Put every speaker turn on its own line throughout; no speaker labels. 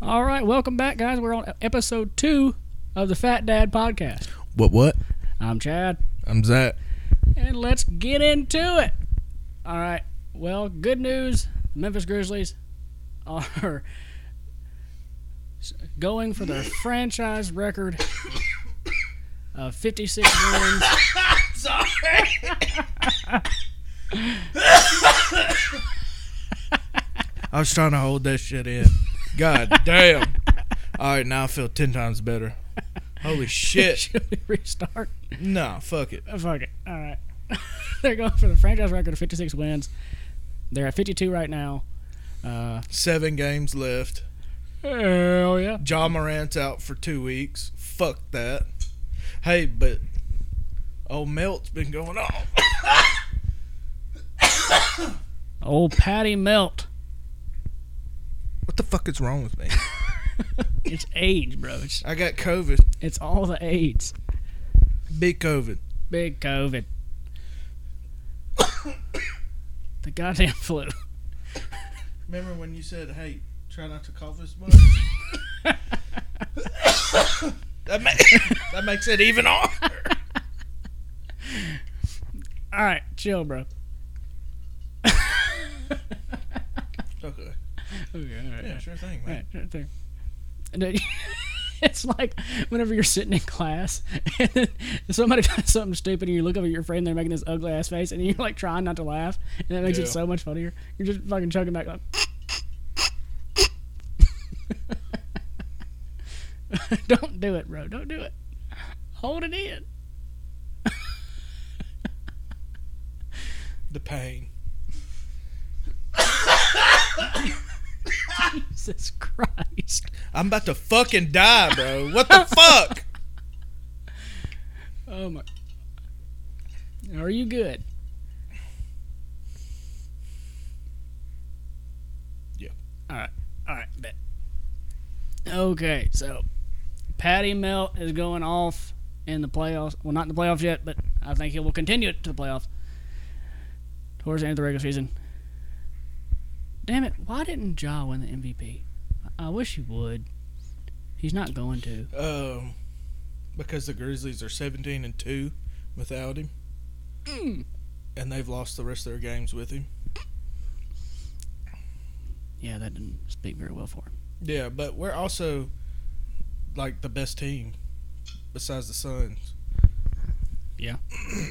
All right, welcome back, guys. We're on episode two of the Fat Dad Podcast.
What what?
I'm Chad,
I'm Zach.
and let's get into it. All right. Well, good news: Memphis Grizzlies are going for their franchise record of 56 wins.
I was trying to hold that shit in. God damn. All right, now I feel ten times better. Holy shit.
Should we restart? Oh,
Nah, fuck it.
Fuck it. All right. They're going for the franchise record of 56 wins. They're at 52 right now. Uh,
Seven games left.
hell yeah.
John Morant's out for two weeks. Fuck that. Hey, but old Melt's been going on.
Old Patty Melt.
What the fuck is wrong with me?
It's age, bro. It's,
I got COVID.
it's all the AIDS.
Big COVID.
Big COVID. the goddamn flu.
Remember when you said, "Hey, try not to cough as much"? that, ma- that makes it even harder.
All right, chill, bro.
Okay.
Okay, all right.
Yeah, sure thing,
All
man.
right, right there. And then- It's like whenever you're sitting in class and then somebody does something stupid and you look over at your friend, they're making this ugly ass face, and you're like trying not to laugh, and that makes it
Yeah.
so much funnier. You're just fucking chugging back like. Don't do it, bro. Don't do it. Hold it in.
The pain.
Jesus Christ.
I'm about to fucking die, bro. What the fuck?
Oh my. Are you good?
Yeah.
All right. All right. Bet. Okay. So, Patty Melt is going off in the playoffs. Well, not in the playoffs yet, but I think he will continue it to the playoffs towards the end of the regular season. Damn it. Why didn't Ja win the MVP? I, I wish he would. He's not going to.
Um, because the Grizzlies are 17 and two without him, Mm. and they've lost the rest of their games with him.
Yeah, that didn't speak very well for him.
Yeah, but we're also like the best team besides the Suns.
Yeah.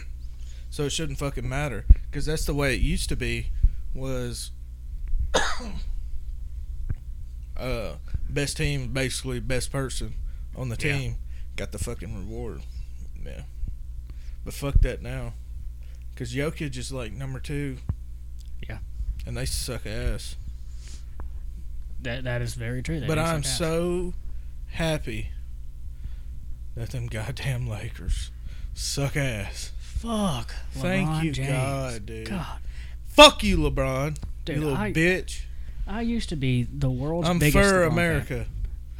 so it shouldn't fucking matter because that's the way it used to be. Was uh best team basically best person on the
Yeah.
team got the fucking reward. Yeah, but fuck that now because Jokic is like number two.
Yeah.
and they suck ass.
That that is very true. They
But
do
I'm
suck ass.
so happy that them goddamn Lakers suck ass.
fuck.
Thank
LeBron
you,
James.
God, dude.
God,
Fuck you, LeBron.
dude,
you little
I,
bitch.
I used to be the world's
I'm
biggest
for
LeBron fan.
America.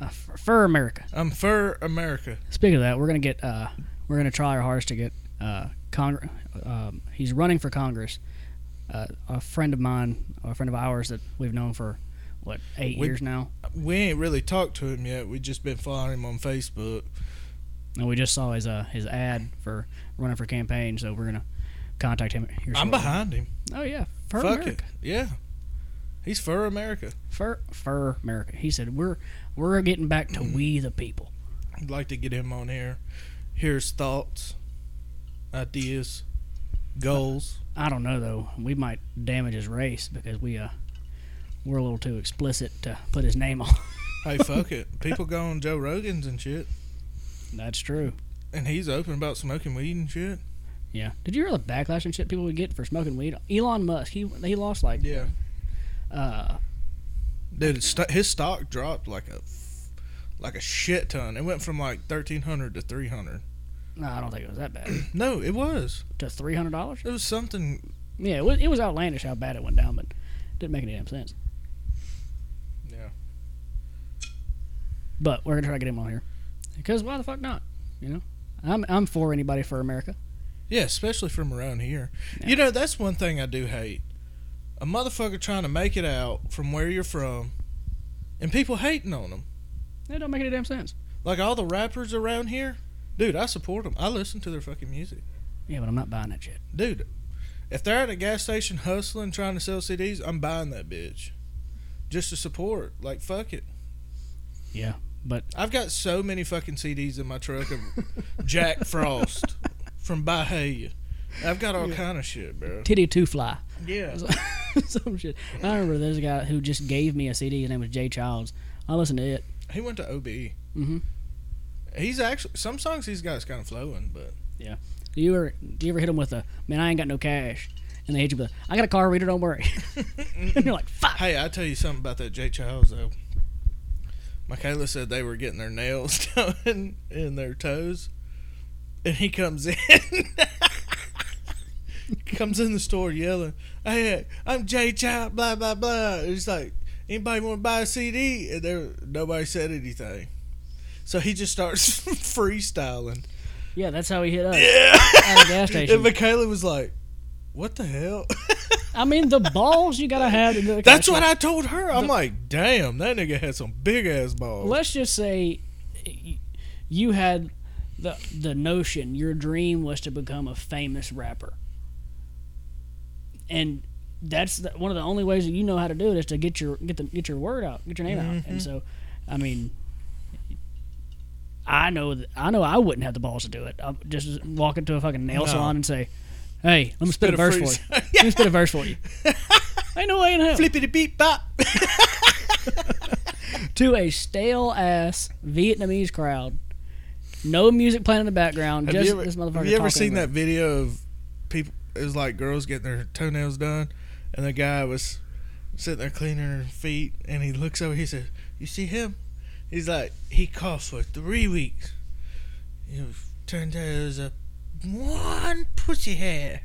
Uh, f- for America.
I'm for America.
Speaking of that, we're gonna get uh, we're gonna try our hardest to get uh, Congre- um, he's running for Congress. Uh, a friend of mine, a friend of ours that we've known for what eight
We-
years now,
We ain't really talked to him yet. We just been following him on Facebook.
and we just saw his uh, his ad for running for campaign. So we're gonna contact him. Here
I'm
shortly.
behind him.
Oh yeah, for
Fuck
America.
it. Yeah. He's for America.
for for America. He said we're we're getting back
Mm.
to we the people.
I'd like to get him on here. Hear his thoughts, ideas, goals.
I don't know though. We might damage his race because we uh we're a little too explicit to put his name on.
hey, fuck it. People go on Joe Rogan's and shit.
That's true.
And he's open about smoking weed and shit.
Yeah. Did you hear the backlash and shit people would get for smoking weed? Elon Musk. He he lost like uh
dude, his sto- his stock dropped like a like a shit ton. It went from like thirteen hundred to three hundred.
no, I don't think it was that bad.
No, it was.
to three hundred dollars.
It was something.
Yeah, it was, it was outlandish how bad it went down, but didn't make any damn sense.
Yeah.
But we're gonna try to get him on here because why the fuck not? You know, I'm I'm for anybody for America.
Yeah, especially from around here. You know, that's one thing I do hate. A motherfucker trying to make it out from where you're from and people hating on them.
That don't make any damn sense.
Like all the rappers around here, dude, I support them. I listen to their fucking music,
Yeah, but I'm not buying that shit.
dude. If they're at a gas station hustling trying to sell CDs, I'm buying that bitch, just to support. Like fuck it.
Yeah, but
I've got so many fucking CDs in my truck of Jack Frost from Bahia. I've got all kind of shit, bro.
titty two fly.
Yeah.
Some shit. I remember there's a guy who just gave me a CD. His name was Jay Childs. I listened to it.
He went to OB.
Mhm.
He's actually some songs he's got is kind of flowing, but
Do you ever do you ever hit him with a man? I ain't got no cash, and they hit you with a, I got a car reader. Don't worry. and you're like fuck.
hey, I tell you something about that Jay Childs though. Michaela said they were getting their nails done in their toes, and he comes in, comes in the store yelling, "Hey, I'm Jay Child, blah blah blah." He's like, "Anybody want to buy a CD?" And there, nobody said anything. So he just starts freestyling.
Yeah, that's how he hit us
Yeah.
at a gas
And
station.
Michaela was like, "What the hell?"
I mean, the balls you gotta have. To do
That's what I told her. I'm like, "Damn, that nigga had some big ass balls."
Let's just say y- you had the the notion your dream was to become a famous rapper, and that's the, one of the only ways that you know how to do it is to get your get the get your word out, get your name out. And so, I mean, I know that I know I wouldn't have the balls to do it. I would just walk into a fucking nail
No.
salon and say, "Hey, let me spit,
a
a verse
freeze."
for you. Let me spit a verse for you." Ain't no way in hell.
Flippity beep bop.
to a stale ass Vietnamese crowd. No music playing in the background.
Have
just
you ever,
this motherfucker.
have you ever
talking
seen
over
that video of people? It was like girls getting their toenails done, and the guy was sitting there cleaning her feet, and he looks over. He says, "You see him?" He's like, "He coughed for three weeks. It was, turned out it was a one pussy hair."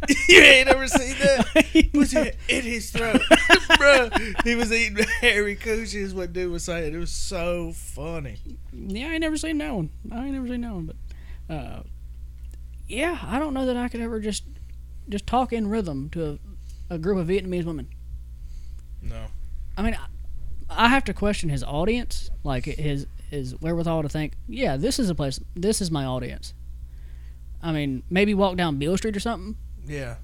you ain't ever seen that pussy hair in his throat, bro. He was eating hairy coochie. Is what dude was saying. It was so funny.
it. Yeah, I ain't never seen that one. I ain't never seen that one. But uh, yeah, I don't know that I could ever just just talk in rhythm to a, a group of Vietnamese women.
No.
I mean, I, I have to question his audience, like his his wherewithal to think. Yeah, this is a place. This is my audience. I mean, maybe walk down Beale Street or something,
Yeah.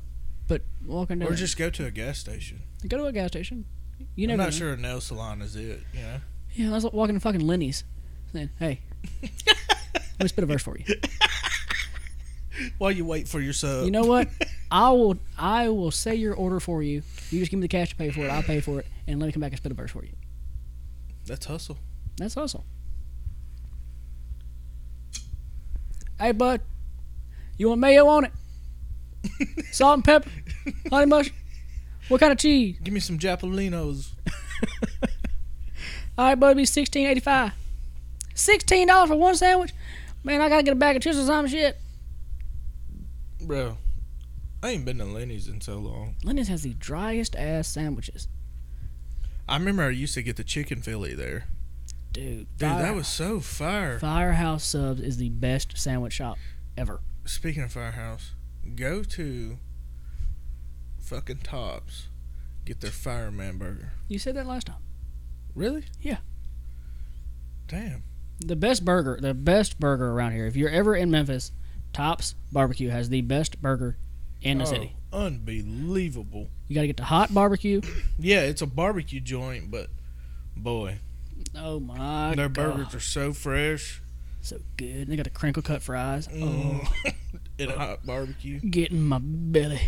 but walking down
Or just go to a gas station.
go to a gas station. You never
I'm
know.
not sure a nail salon is it, you know?
Yeah, I was walking to fucking Lenny's saying, hey, let me spit a verse for you.
While you wait for your sub.
You know what? I will I will say your order for you. You just give me the cash to pay for it. I'll pay for it. And let me come back and spit a verse for you.
That's hustle.
That's hustle. Hey, bud. You want mayo on it? Salt and pepper? Honey mustard? What kind of cheese?
Give me some Japalinos.
All right, bud, it'll be sixteen eighty five. Sixteen dollars for one sandwich? Man, I gotta get a bag of chips or some shit.
Bro, I ain't been to Lenny's in so long.
Lenny's has the driest ass sandwiches.
I remember I used to get the chicken Philly there.
Dude,
Dude,
fire-
that was so fire.
Firehouse Subs is the best sandwich shop ever.
Speaking of Firehouse, go to fucking Tops. Get their fireman burger.
You said that last time.
Really?
Yeah.
Damn.
The best burger, the best burger around here. If you're ever in Memphis, Tops Barbecue has the best burger in the
Oh,
city.
Unbelievable.
You got to get the hot barbecue.
Yeah, it's a barbecue joint, but boy,
Oh my
their
god,
burgers are so fresh.
so good. And they got the crinkle cut fries.
Mm. and hot barbecue.
Oh, getting my belly.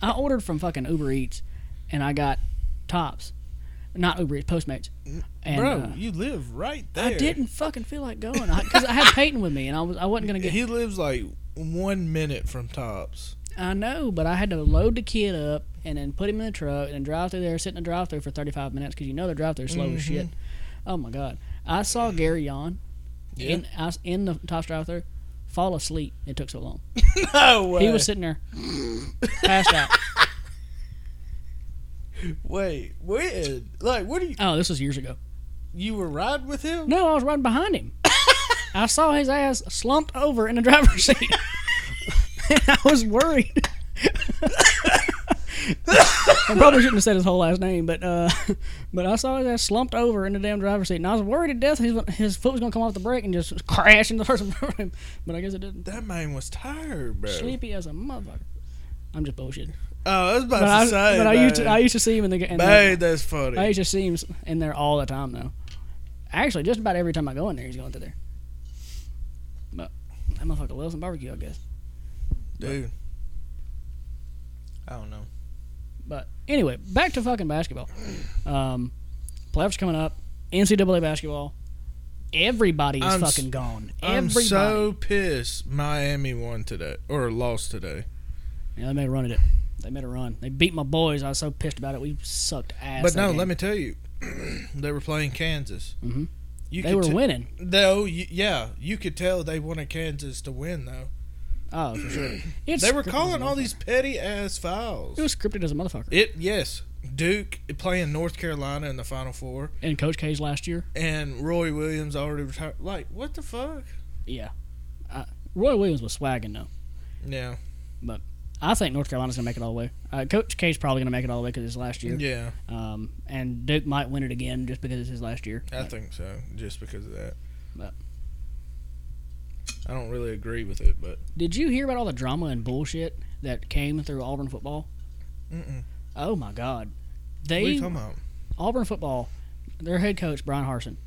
I ordered from fucking Uber Eats, and I got Tops, not Uber Eats, Postmates. And,
Mm. Bro,
uh,
you live right there.
I didn't fucking feel like going because I, had Peyton with me, and I was I wasn't gonna get
He lives like one minute from Tops.
I know, but I had to load the kid up and then put him in the truck and then drive through there, sit in the drive through for 35 minutes because you know the drive through slow as shit. Oh my God. I saw Gary Yon
Yeah.
in, I s- in the Tops drive through fall asleep. It took so long.
No way.
He was sitting there, passed out.
Wait, when? Like, what are you?
Oh, this was years ago.
You were riding with him?
No, I was riding behind him. I saw his ass slumped over in the driver's seat. I was worried. I probably shouldn't have said his whole last name, but uh, but I saw his ass slumped over in the damn driver's seat, and I was worried to death his his foot was gonna come off the brake and just crash into the person in front of him. But I guess it didn't.
That man was tired, bro.
Sleepy as a motherfucker. I'm just bullshitting.
Oh, I was about
But, I,
to say.
but I used to
man.
I used to see him in the, in the
Man, that's funny.
I used to see him in there all the time though. Actually, just about every time I go in there, he's going through there. But that motherfucker loves some barbecue, I guess.
Dude. I don't know.
But anyway, back to fucking basketball. Um, playoffs coming up. NCAA basketball. Everybody is
I'm s-
fucking gone.
I'm
Everybody.
so pissed Miami won today or lost today.
yeah, they made a run at it. They made a run. They beat my boys. I was so pissed about it. We sucked ass.
But no, let me tell you, they were playing Kansas.
hmm
You
They
could
were
te-
winning.
Though, y- yeah, you could tell they wanted Kansas to win though.
Oh, for sure. It's
They were
scripted as a
calling all these
motherfucker.
petty ass fouls.
It was scripted as a motherfucker.
It yes, Duke playing North Carolina in the Final Four,
And Coach K's last year.
and Roy Williams already retired. Like what the fuck?
Yeah. I, Roy Williams was swagging though.
Yeah,
I think North Carolina's gonna make it all the way. Uh, Coach K's probably gonna make it all the way because it's last year.
yeah,
Um, and Duke might win it again just because it's his last year.
I think so. Just because of that,
But-
I don't really agree with it, but
Did you hear about all the drama and bullshit that came through Auburn football?
mm-mm.
Oh my God,
what are you
they
talking about?
Auburn football, their head coach Brian Harson.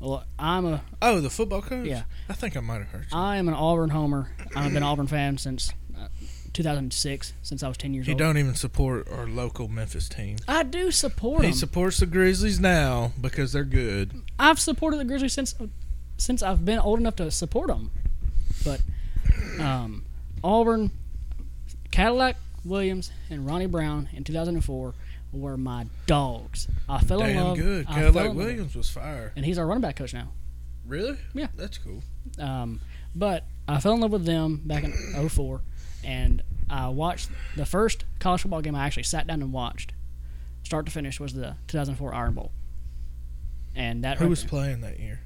Well, I'm a
Oh, the football coach.
Yeah.
I think I might have heard. You.
I am an Auburn homer. I've been an Auburn fan since uh, 2006, since I was 10 years
He
old.
don't even support our local Memphis team.
I do support
He
them.
supports the Grizzlies now because they're good.
I've supported the Grizzlies since since I've been old enough to support them. But um, Auburn, Cadillac Williams, and Ronnie Brown in 2004 were my dogs. I fell in
Damn
love.
good.
I fell in
Cadillac
love.
Williams was fire.
and he's our running back coach now.
Really?
Yeah.
That's cool.
Um, but I fell in love with them back in 04, and I watched the first college football game I actually sat down and watched, start to finish, was the 2004 Iron Bowl. And that
Who
right
was
there-
playing that year?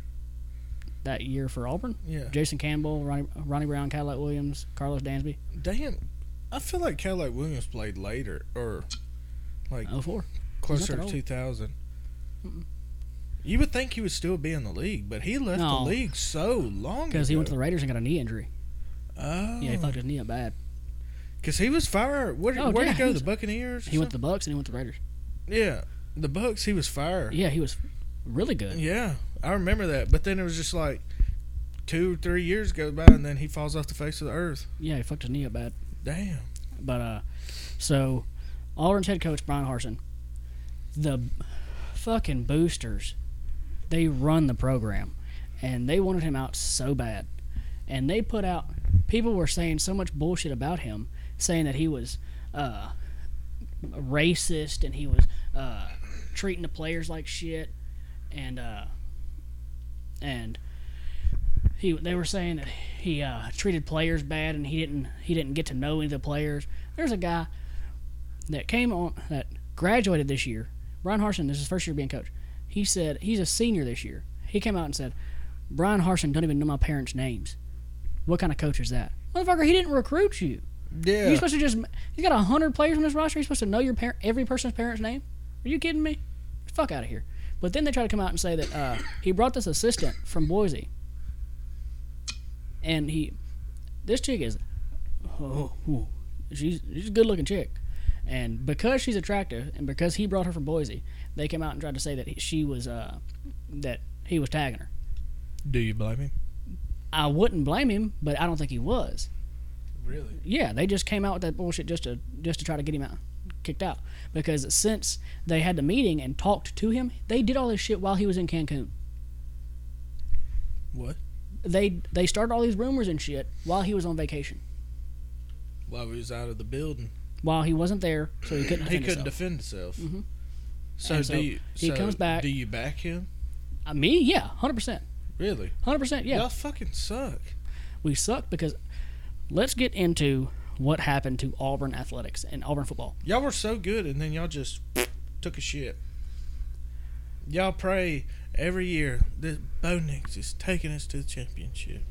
that year for Auburn?
Yeah.
Jason Campbell, Ronnie, Ronnie Brown, Cadillac Williams, Carlos Dansby,
Damn. I feel like Cadillac Williams played later or like
04.
closer
that
to
old.
2000. You would think he would still be in the league, but he left
No.
the league so long
Because he went to the Raiders and got a knee injury.
oh,
Yeah, he fucked his knee up bad.
because he was fire. Where
Oh,
where'd
yeah, he
he go?
was-
the Buccaneers. or
He went to
something?
the Bucks and he went to the Raiders.
yeah, the Bucks. He was fire.
Yeah, he was really good.
Yeah, I remember that. But then it was just like two or three years go by, and then he falls off the face of the earth.
Yeah, he fucked his knee up bad.
Damn.
But uh, so Auburn's head coach Brian Harson, the fucking boosters, they run the program, and they wanted him out so bad, and they put out. People were saying so much bullshit about him, saying that he was uh, racist and he was uh, treating the players like shit, and uh, and he they were saying that he uh, treated players bad and he didn't he didn't get to know any of the players. There's a guy that came on that graduated this year. Brian Harson, this is his first year being coach. He said he's a senior this year. He came out and said, Brian Harson don't even know my parents' names. What kind of coach is that? Motherfucker, he didn't recruit you.
Yeah.
You're supposed to just he's got hundred players on this roster. You're supposed to know your parent every person's parent's name. Are you kidding me? Fuck out of here. But then they try to come out and say that uh, he brought this assistant from Boise, and he this chick is oh, ooh, she's she's a good looking chick, and because she's attractive and because he brought her from Boise, they came out and tried to say that he, she was uh, that he was tagging her.
Do you blame him?
I wouldn't blame him, but I don't think he was.
Really?
Yeah, they just came out with that bullshit just to just to try to get him out, kicked out. Because since they had the meeting and talked to him, they did all this shit while he was in Cancun.
What?
They they started all these rumors and shit while he was on vacation,
While he was out of the building,
while he wasn't there, so he couldn't.
he
Defend
couldn't
himself.
defend himself.
Mhm.
So,
And so
do you,
he
so
comes back-
Do you back him?
Uh, me, yeah, hundred percent,
Really?
hundred percent, yeah.
Y'all fucking suck.
We suck because let's get into what happened to Auburn athletics and Auburn football.
Y'all were so good, and then y'all just took a shit. Y'all pray every year that Bo Nix is taking us to the championship.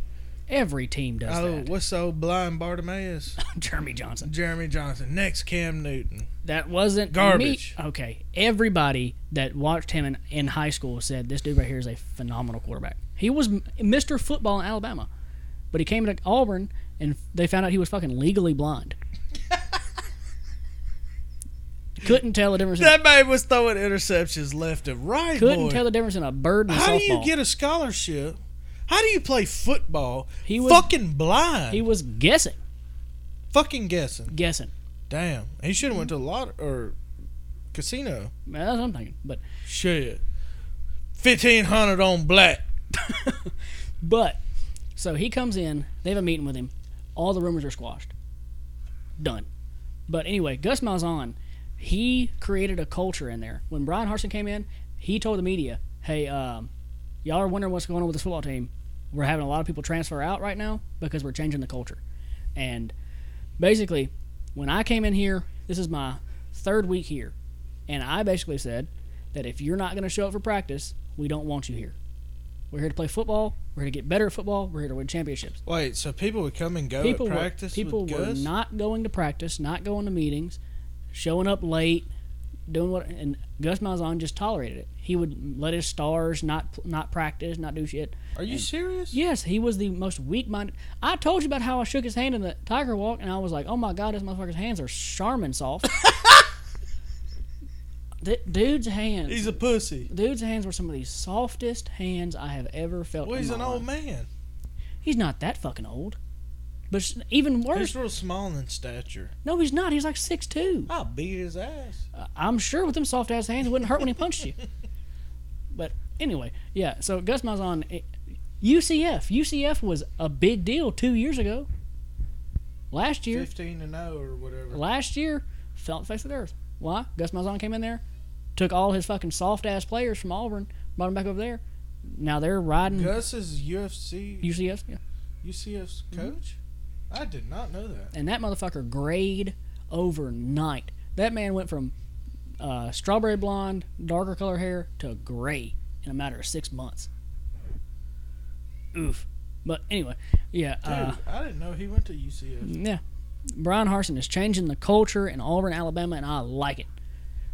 Every team does
Oh,
that.
what's so blind Bartimaeus?
Jeremy Johnson.
Jeremy Johnson. Next, Cam Newton.
That wasn't
Garbage.
Me. Okay, everybody that watched him in, in high school said this dude right here is a phenomenal quarterback. He was m- Mr. Football in Alabama, but he came to Auburn and f- they found out he was fucking legally blind. Couldn't tell the difference. In,
That man was throwing interceptions left and right.
couldn't
boy.
tell the difference in a bird and a
How
softball.
do you get a scholarship? How do you play football?
He
He
was-
was fucking blind.
he was guessing,
fucking guessing.
guessing.
Damn, he should have went to a lot or casino.
Well, That's what I'm thinking. But
Shit, fifteen hundred on black.
But so he comes in, they have a meeting with him. All the rumors are squashed. Done. But anyway, Gus Malzahn, he created a culture in there. When Brian Harson came in, he told the media, "Hey, um, y'all are wondering what's going on with this football team. We're having a lot of people transfer out right now because we're changing the culture." And basically, when I came in here, this is my third week here, and I basically said that if you're not going to show up for practice, we don't want you here. We're here to play football. We're here to get better at football. We're here to win championships.
Wait, so people would come and go
People
Oh, at
were
practice
people
with
were
Gus?
not going to practice, not going to meetings, showing up late, doing what. And Gus Malzahn just tolerated it. He would let his stars not not practice, not do shit.
Are you serious?
Yes, he was the most weak-minded. I told you about how I shook his hand in the tiger walk, and I was like, "Oh my god, this motherfucker's hands are Charmin soft." Th- dude's hands,
He's a pussy.
dude's hands were some of the softest hands I have ever felt.
Well,
in
he's
my
an
life.
old man.
He's not that fucking old. But s- even worse,
He's real small in stature.
no, he's not. He's like 6'2.
I'll beat his ass.
Uh, I'm sure with them soft ass hands, it wouldn't hurt when he punched you. But anyway, yeah, so Gus Malzahn, eh, UCF. UCF was a big deal two years ago. Last year,
Fifteen to zero or whatever.
last year, fell off the face of the earth. Why? Gus Malzahn came in there, took all his fucking soft ass players from Auburn, brought them back over there. Now they're riding
Gus is UFC
UCF. Yeah.
UCF's coach. I did not know that.
and that motherfucker grayed overnight. That man went from uh, strawberry blonde, darker color hair to gray in a matter of six months. Oof. But anyway, yeah,
Dude,
uh,
I didn't know he went to UCF.
yeah. Brian Harson is changing the culture in Auburn, Alabama, and I like it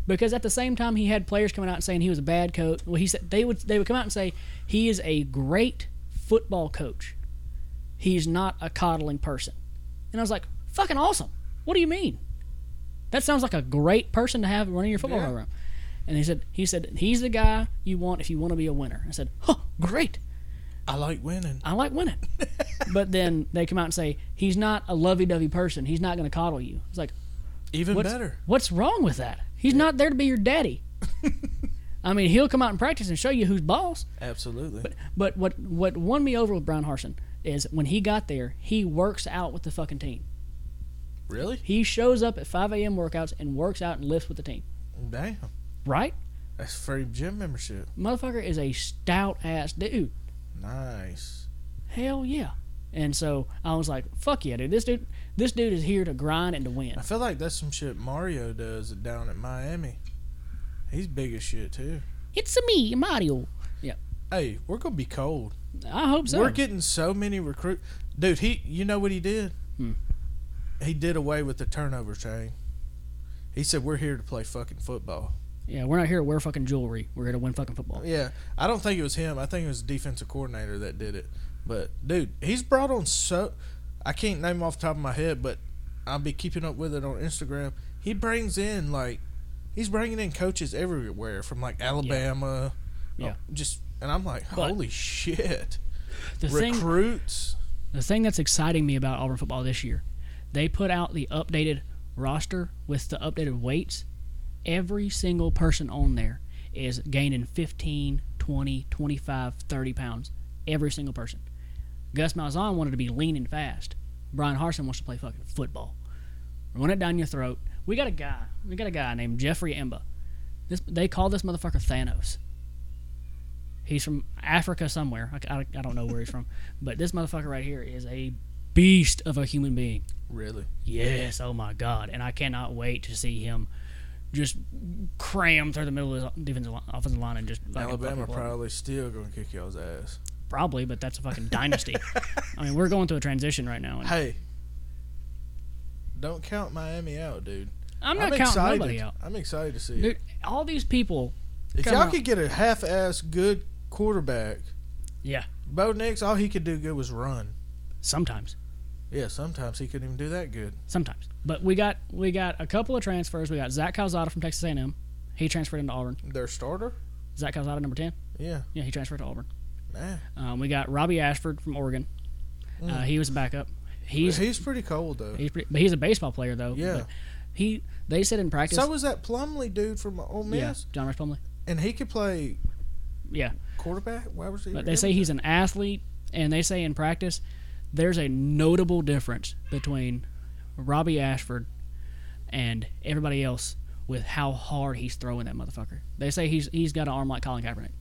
because at the same time he had players coming out and saying he was a bad coach. Well, he said they would they would come out and say he is a great football coach. He's not a coddling person, and I was like, "Fucking awesome! What do you mean? That sounds like a great person to have running your football
Yeah.
program." And he said, "He said he's the guy you want if you want to be a winner." I said, "Huh, great!
I like winning.
I like winning." but then they come out and say he's not a lovey-dovey person. He's not going to coddle you. It's like,
Even
What's,
better.
What's wrong with that? He's not there to be your daddy. I mean, he'll come out and practice and show you who's boss.
Absolutely.
But what what won me over with Brian Harson is when he got there, he works out with the fucking team.
really?
He shows up at 5 a.m. workouts and works out and lifts with the team.
Damn.
Right?
That's free gym membership.
Motherfucker is a stout ass dude.
Nice.
Hell yeah. And so I was like, fuck yeah, dude. This dude this dude is here to grind and to win.
I feel like that's some shit Mario does down at Miami. He's big as shit too.
It's a me, Mario. Yeah.
Hey, we're gonna be cold.
I hope so.
We're getting so many recruit. Dude, he. You know what he did?
Hmm.
He did away with the turnover chain. He said we're here to play fucking football.
yeah, we're not here to wear fucking jewelry. We're here to win fucking football.
Yeah, I don't think it was him. I think it was the defensive coordinator that did it. But dude, he's brought on so I can't name off the top of my head, but I'll be keeping up with it on Instagram. He brings in like he's bringing in coaches everywhere from like Alabama,
Yeah.
uh, just and I'm like,
But-
holy shit,
The thing
recruits.
The thing that's exciting me about Auburn football this year, they put out the updated roster with the updated weights. Every single person on there is gaining 15, 20, 25, 30 pounds. Every single person. Gus Malzahn wanted to be lean and fast. Brian Harson wants to play fucking football. Run it down your throat. We got a guy. We got a guy named Jeffrey Emba. This they call this motherfucker Thanos. He's from Africa somewhere. I, I, I don't know where he's from, but this motherfucker right here is a beast of a human being.
Really,
Yes, oh my god, and I cannot wait to see him just cram through the middle of his defensive line, offensive line and just fucking fuck
Alabama
people up.
probably still gonna kick y'all's ass.
Probably, but that's a fucking dynasty. I mean, we're going through a transition right now. And
Hey, don't count Miami out, dude.
I'm not counting
excited.
nobody out.
I'm excited to see it.
Dude, all these people.
If
come
y'all
out.
could get a half-ass good quarterback,
Yeah,
Bo Nix, all he could do good was run.
sometimes,
Yeah, sometimes he couldn't even do that good.
sometimes. But we got we got a couple of transfers. We got Zach Calzada from Texas A&M. He transferred into Auburn.
Their starter?
Zach Calzada, number ten.
Yeah,
Yeah, he transferred to Auburn.
man.
Um, we got Robbie Ashford from Oregon. Uh,
Mm.
he was a backup. He's
He's, pretty cold though.
he's pretty, but he's a baseball player though.
Yeah.
But he they said in practice.
So was that Plumley dude from Ole Miss,
yeah, John Rice Plumley.
and he could play
Yeah,
quarterback, wide receiver.
but they say he's an athlete, and they say in practice there's a notable difference between Robbie Ashford and everybody else with how hard he's throwing that motherfucker. They say he's he's got an arm like Colin Kaepernick.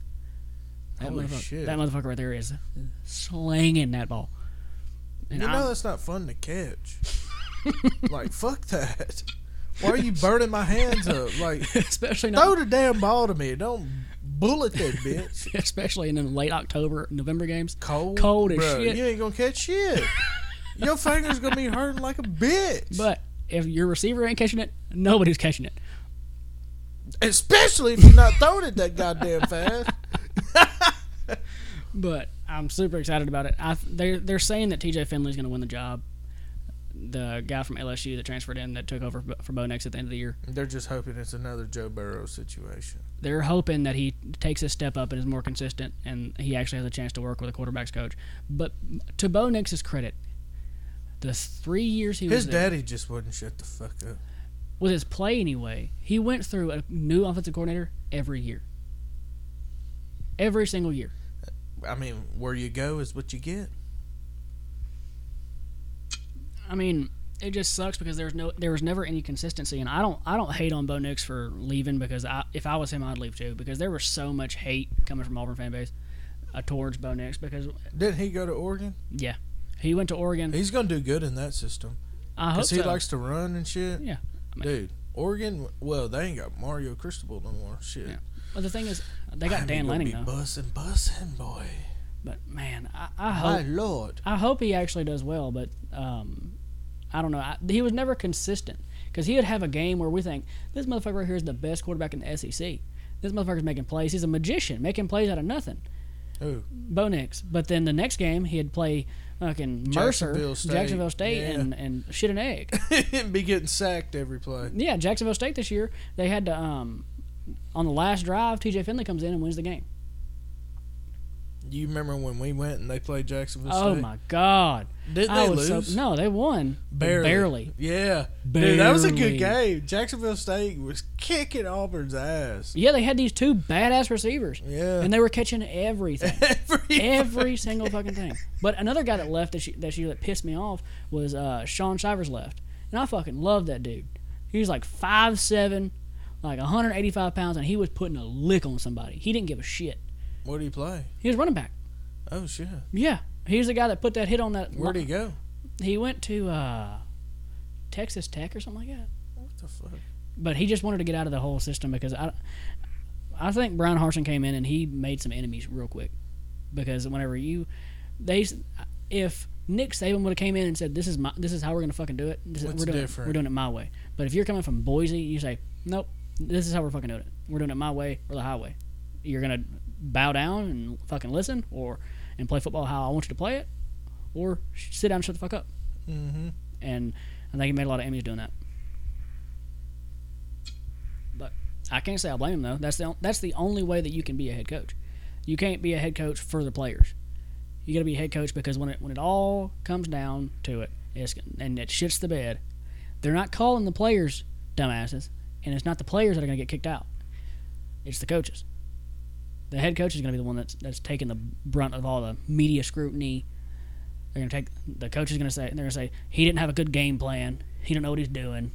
That
Holy
motherfucker,
shit.
that motherfucker right there is slanging that ball.
you
And
know
I'm-
that's not fun to catch. like fuck that. Why are you burning my hands up? Like
especially not
throw the damn ball to me. Don't bullet that bitch.
especially in the late October, November games.
Cold,
Cold as
bruh,
shit.
You ain't gonna catch shit. Your fingers gonna be hurting like a bitch.
But if your receiver ain't catching it, nobody's catching it.
Especially if you're not throwing it that goddamn fast.
But I'm super excited about it. I, they're they're saying that T.J. Finley's going to win the job. The guy from LSU that transferred in that took over for Bo Nix at the end of the year.
They're just hoping it's another Joe Burrow situation.
They're hoping that he takes a step up and is more consistent, and he actually has a chance to work with a quarterbacks coach. But to Bo Nix's credit, the three years he was
His
there,
daddy just wouldn't shut the fuck up.
with his play anyway, he went through a new offensive coordinator every year. Every single year.
I mean, where you go is what you get.
I mean, it just sucks because there's no there was never any consistency, and I don't I don't hate on Bo Nix for leaving because I, if I was him I'd leave too because there was so much hate coming from Auburn fan base uh, towards Bo Nix because
Didn't he go to Oregon?
yeah he went to Oregon
He's gonna do good in that system
I hope
because he
so
likes to run and shit.
yeah
Dude, Oregon. Well, they ain't got Mario Cristobal no more. Shit.
Yeah. but the thing is they got Dan Lanning
Lanning
though
Bussing, bussing, boy.
but man I, I hope
My lord.
I hope he actually does well, but um, I don't know. I, he was never consistent because he'd have a game where we think this motherfucker right here is the best quarterback in the SEC. This motherfucker's making plays. He's a magician, making plays out of nothing.
Who?
Bo Nix. But then the next game, he'd play fucking Mercer,
Jacksonville State.
Jacksonville State,
Yeah.
and, and shit an egg.
Be getting sacked every play.
yeah, Jacksonville State this year, they had to, um, on the last drive, TJ Finley comes in and wins the game.
You remember when we went and they played Jacksonville
Oh,
State?
my God.
Did
I
they
was so-
lose?
no, they won. but
Barely.
Barely.
Yeah. Dude, that was a
Barely.
good game. Jacksonville State was kicking Auburn's ass.
Yeah, they had these two badass receivers.
Yeah.
And they were catching everything.
Every-
Every single fucking thing. But another guy that left this year, this year that pissed me off was uh, Sean Shivers left. And I fucking love that dude. He was like 5'7, like 185 pounds, and he was putting a lick on somebody. He didn't give a shit.
Where do you play?
He was running back.
Oh shit.
Yeah. He was the guy that put that hit on that.
Where'd he go?
He went to uh, Texas Tech or something like that.
What the fuck?
but he just wanted to get out of the whole system because I, I think Brian Harson came in and he made some enemies real quick, because whenever you, they, if Nick Saban would have came in and said this is my this is how we're gonna fucking do it, this is,
What's
we're doing
different?
It, we're doing it my way. But if you're coming from Boise, you say nope, this is how we're fucking doing it. We're doing it my way or the highway. You're gonna bow down and fucking listen, or and play football how I want you to play it, or sh- sit down and shut the fuck up.
Mm-hmm.
And I think he made a lot of enemies doing that. But I can't say I blame him though. That's the that's the only way that you can be a head coach. You can't be a head coach for the players. You got to be a head coach because when it when it all comes down to it, it's, and it shits the bed, they're not calling the players dumbasses, and it's not the players that are going to get kicked out. It's the coaches. The head coach is going to be the one that's that's taking the brunt of all the media scrutiny. They're going to take the coach is going to say they're going to say he didn't have a good game plan. He don't know what he's doing.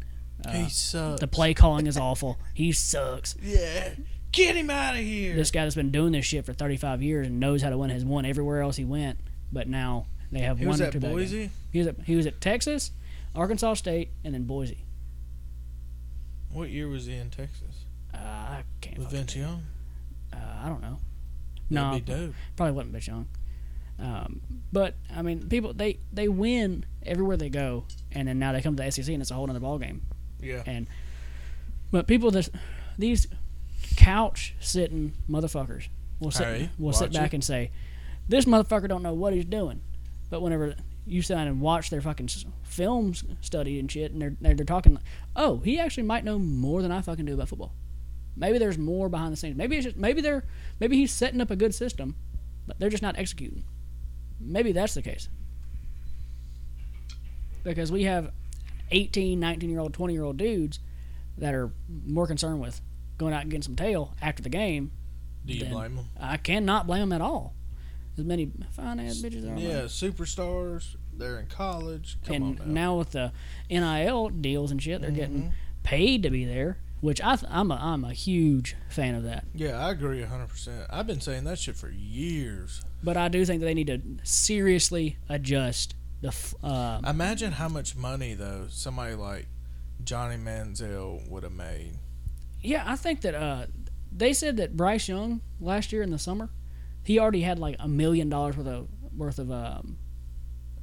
he sucks.
The Uh, play calling is awful. He sucks.
yeah. Get him out of here.
This guy that's been doing this shit for 35 years and knows how to win has won everywhere else he went, but now they have
he
one
was
or
at
two bad games.
Boise.
He was at he was at Texas, Arkansas State, and then Boise.
What year was he in Texas?
Uh, I can't.
With
fucking-
Vince Young.
Uh, I don't know.
That'd
No,
be dope.
probably wasn't Vince Young. Um, but I mean, people they they win everywhere they go, and then now they come to the SEC and it's a whole other ball game.
Yeah.
And but people that these couch sitting motherfuckers will sit
Hey,
will sit
watch
back
it.
and say, "This motherfucker don't know what he's doing." But whenever you sit down and watch their fucking s- films study and shit, and they're they're, they're talking, like, "Oh, he actually might know more than I fucking do about football." Maybe there's more behind the scenes. Maybe it's just, maybe they're maybe he's setting up a good system, but they're just not executing. Maybe that's the case. Because we have 18, 19 year old, 20 year old dudes that are more concerned with going out and getting some tail after the game.
Do you
Then-
blame them?
I cannot blame them at all. As many fine ass bitches there are.
Yeah, superstars. They're in college. Come
and
on Mm-hmm. now.
now with the NIL deals and shit, they're getting paid to be there, which I th- I'm a I'm a huge fan of that.
Yeah, I agree 100%. I've been saying that shit for years.
But I do think that they need to seriously adjust the f- uh,
Imagine how much money, though, somebody like Johnny Manziel would have made.
Yeah, I think that uh, they said that Bryce Young last year in the summer, he already had like a million dollars worth of worth of um,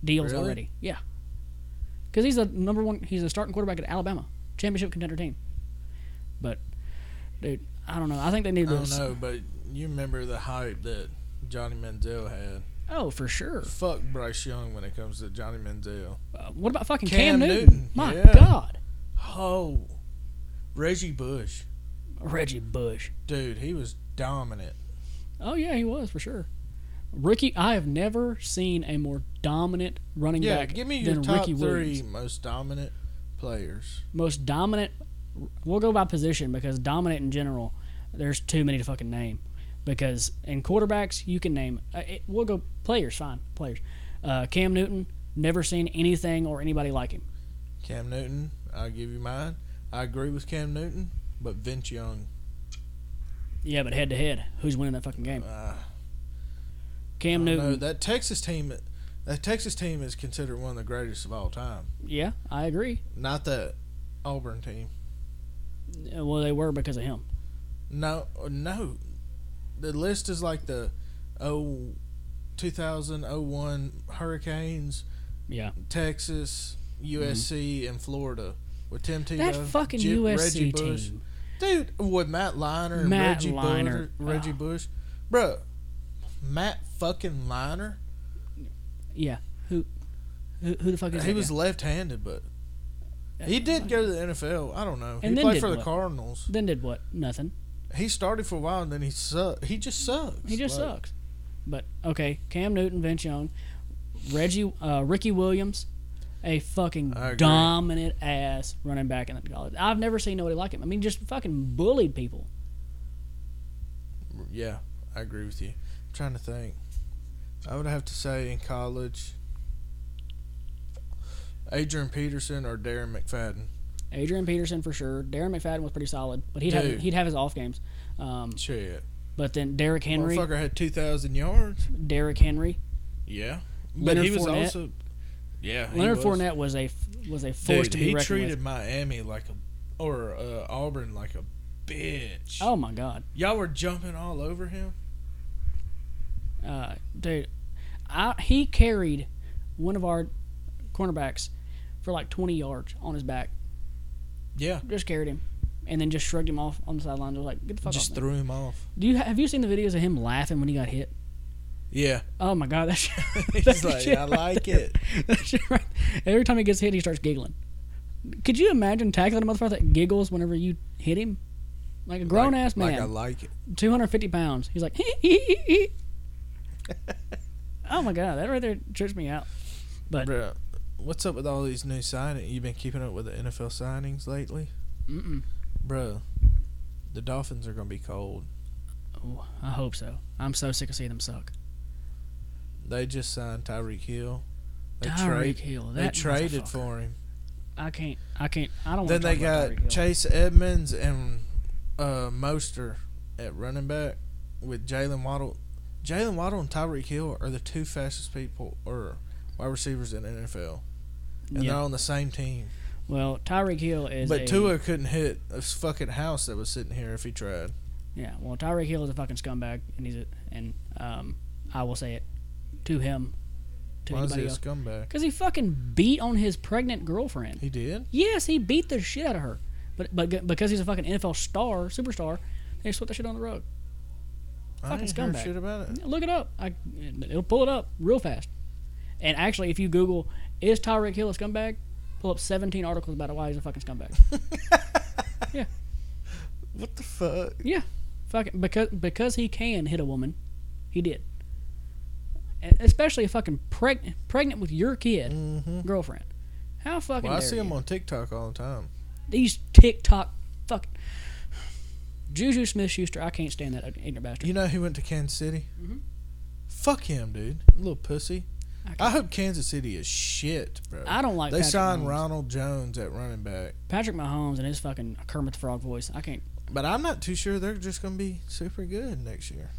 deals
Really?
already. Yeah, because he's the number one. He's a starting quarterback at Alabama, championship contender team. But, dude, I don't know. I think they need
I don't
to.
know, but you remember the hype that Johnny Manziel had.
Oh, for sure.
Fuck Bryce Young when it comes to Johnny Manziel.
Uh, what about fucking Cam,
Cam
Newton?
Newton,
My
yeah.
God,
Oh, Reggie Bush.
Reggie Bush.
Dude, he was dominant.
Oh yeah, he was for sure. Ricky, I have never seen a more dominant running
Yeah,
back
give me
than
your top
Ricky
three
Williams.
most dominant players.
most dominant. We'll go by position because dominant in general, there's too many to fucking name. Because in quarterbacks, you can name. Uh, it, we'll go players, fine players. Uh, Cam Newton, never seen anything or anybody like him.
Cam Newton, I'll give you mine. I agree with Cam Newton, but Vince Young.
Yeah, but head to head, who's winning that fucking game?
Uh,
Cam Newton.
No, that Texas team, that Texas team is considered one of the greatest of all time.
yeah, I agree.
Not that Auburn team.
Uh, Well, they were because of him.
No, no. The list is like the oh, 2001 Hurricanes,
Yeah,
Texas, USC, and Florida with Tim Tebow.
that fucking
Jim- Reggie
USC
Bush.
team.
Dude, with Matt Liner and
Matt
Reggie,
Liner.
Bush, Reggie
Oh.
Bush. Bro, Matt fucking Liner.
Yeah, who, who, who the fuck is
He
that
was
guy?
left-handed, but he did go to the NFL. I don't know.
And
he
then
played
did
for the
what?
Cardinals.
Then did what? Nothing.
He started for a while, and then he sucked. He just sucks.
He just
Like,
sucks. But okay, Cam Newton, Vince Young, Reggie, uh, Ricky Williams, a fucking
I agree.
dominant ass running back in the college. I've never seen nobody like him. I mean, just fucking bullied people.
Yeah, I agree with you. I'm trying to think. I would have to say in college, Adrian Peterson or Darren McFadden.
Adrian Peterson for sure. Darren McFadden was pretty solid, but he'd have
Dude.
he'd have his off games. Um,
Shit.
but then Derrick Henry,
Motherfucker had 2,000 yards.
Derrick Henry,
Yeah. But
Leonard
he was
Fournette.
also. Yeah. he
Leonard
was.
Fournette was a f- was a force
Dude,
to be
he
reckoned
treated
with.
Miami like a. Or uh, Auburn like a bitch.
Oh my god.
Y'all were jumping all over him?
uh, dude, I, he carried one of our cornerbacks for like 20 yards on his back.
Yeah.
Just carried him, and then just shrugged him off on the sideline. Was like, "Get the fuck
Just
off!" me."
threw him off.
Do you have you seen the videos of him laughing when he got hit?
Yeah.
Oh my god, that shit! that
He's like,
shit
I
right
like
there-
it.
that shit right- every time he gets hit, he starts giggling. Could you imagine tackling a motherfucker that giggles whenever you hit him? Like a grown ass
Like-
man,
Like I like it.
250 pounds. He's like, oh my god, that right there trips me out. But
Bro, what's up with all these new signings? You been keeping up with the NFL signings lately?
Mm-mm.
Bro, the Dolphins are going to be cold.
Oh, I hope so. I'm so sick of seeing them suck.
They just signed Tyreek Hill. They,
Tyreek
trade-
Hill.
they
That
traded
motherfucker.
for him.
I can't. I can't. I don't.
Then
wanna
they
talk about Tyreek Hill.
got Chase Edmonds and uh, Moster at running back with Jalen Waddle. Jalen Waddle and Tyreek Hill are the two fastest people or wide receivers in the NFL, and
Yeah.
they're on the same team.
Well, Tyreek Hill is.
But
a,
Tua couldn't hit a fucking house that was sitting here if he tried.
Yeah. Well, Tyreek Hill is a fucking scumbag, and he's a, and um, I will say it. to him to
Why is he
anybody
a
else
scumbag?
because he fucking beat on his pregnant girlfriend.
He did.
Yes, he beat the shit out of her, but but g- because he's a fucking NFL star, superstar, they just put that shit on the rug.
I
Fucking
ain't heard
scumbag.
shit about it.
Look it up. I, it'll pull it up real fast. And actually, if you Google "Is Tyreek Hill a scumbag," pull up 17 articles about why he's a fucking scumbag. Mm-hmm.
What the fuck?
yeah, fucking because because he can hit a woman, he did. And Especially a fucking pregnant pregnant with your kid girlfriend. How fucking?
Mm-hmm. Well, I
dare
see
you?
him on TikTok all the time.
these TikTok fuck. Juju Smith Schuster, I can't stand that ignorant bastard.
You know he went to Kansas City?
Mm-hmm.
Fuck him, dude. Little pussy.
can't-
I, hope Kansas City is shit, bro.
I don't like
They
Patrick
signed
Mahomes.
Ronald Jones at running back,
Patrick Mahomes and his fucking Kermit the Frog voice. I can't.
but I'm not too sure they're just going to be super good next year.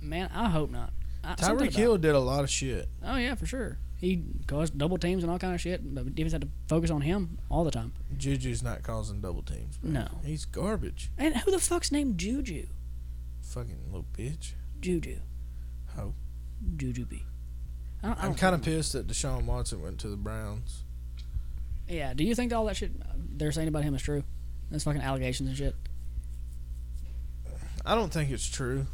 Man, I hope not. I, something
Tyreek
about-
Hill did a lot of shit.
Oh yeah, for sure. He caused double teams and all kind of shit, but the defense had to focus on him all the time.
Juju's not causing double teams. Bro.
No.
he's garbage.
And who the fuck's named Juju?
Fucking little bitch.
Juju.
Ho.
Juju B. I don't, I
I'm
don't
kind of pissed that Deshaun Watson went to the Browns.
yeah. Do you think all that shit they're saying about him is true? That's fucking allegations and shit.
I don't think it's true,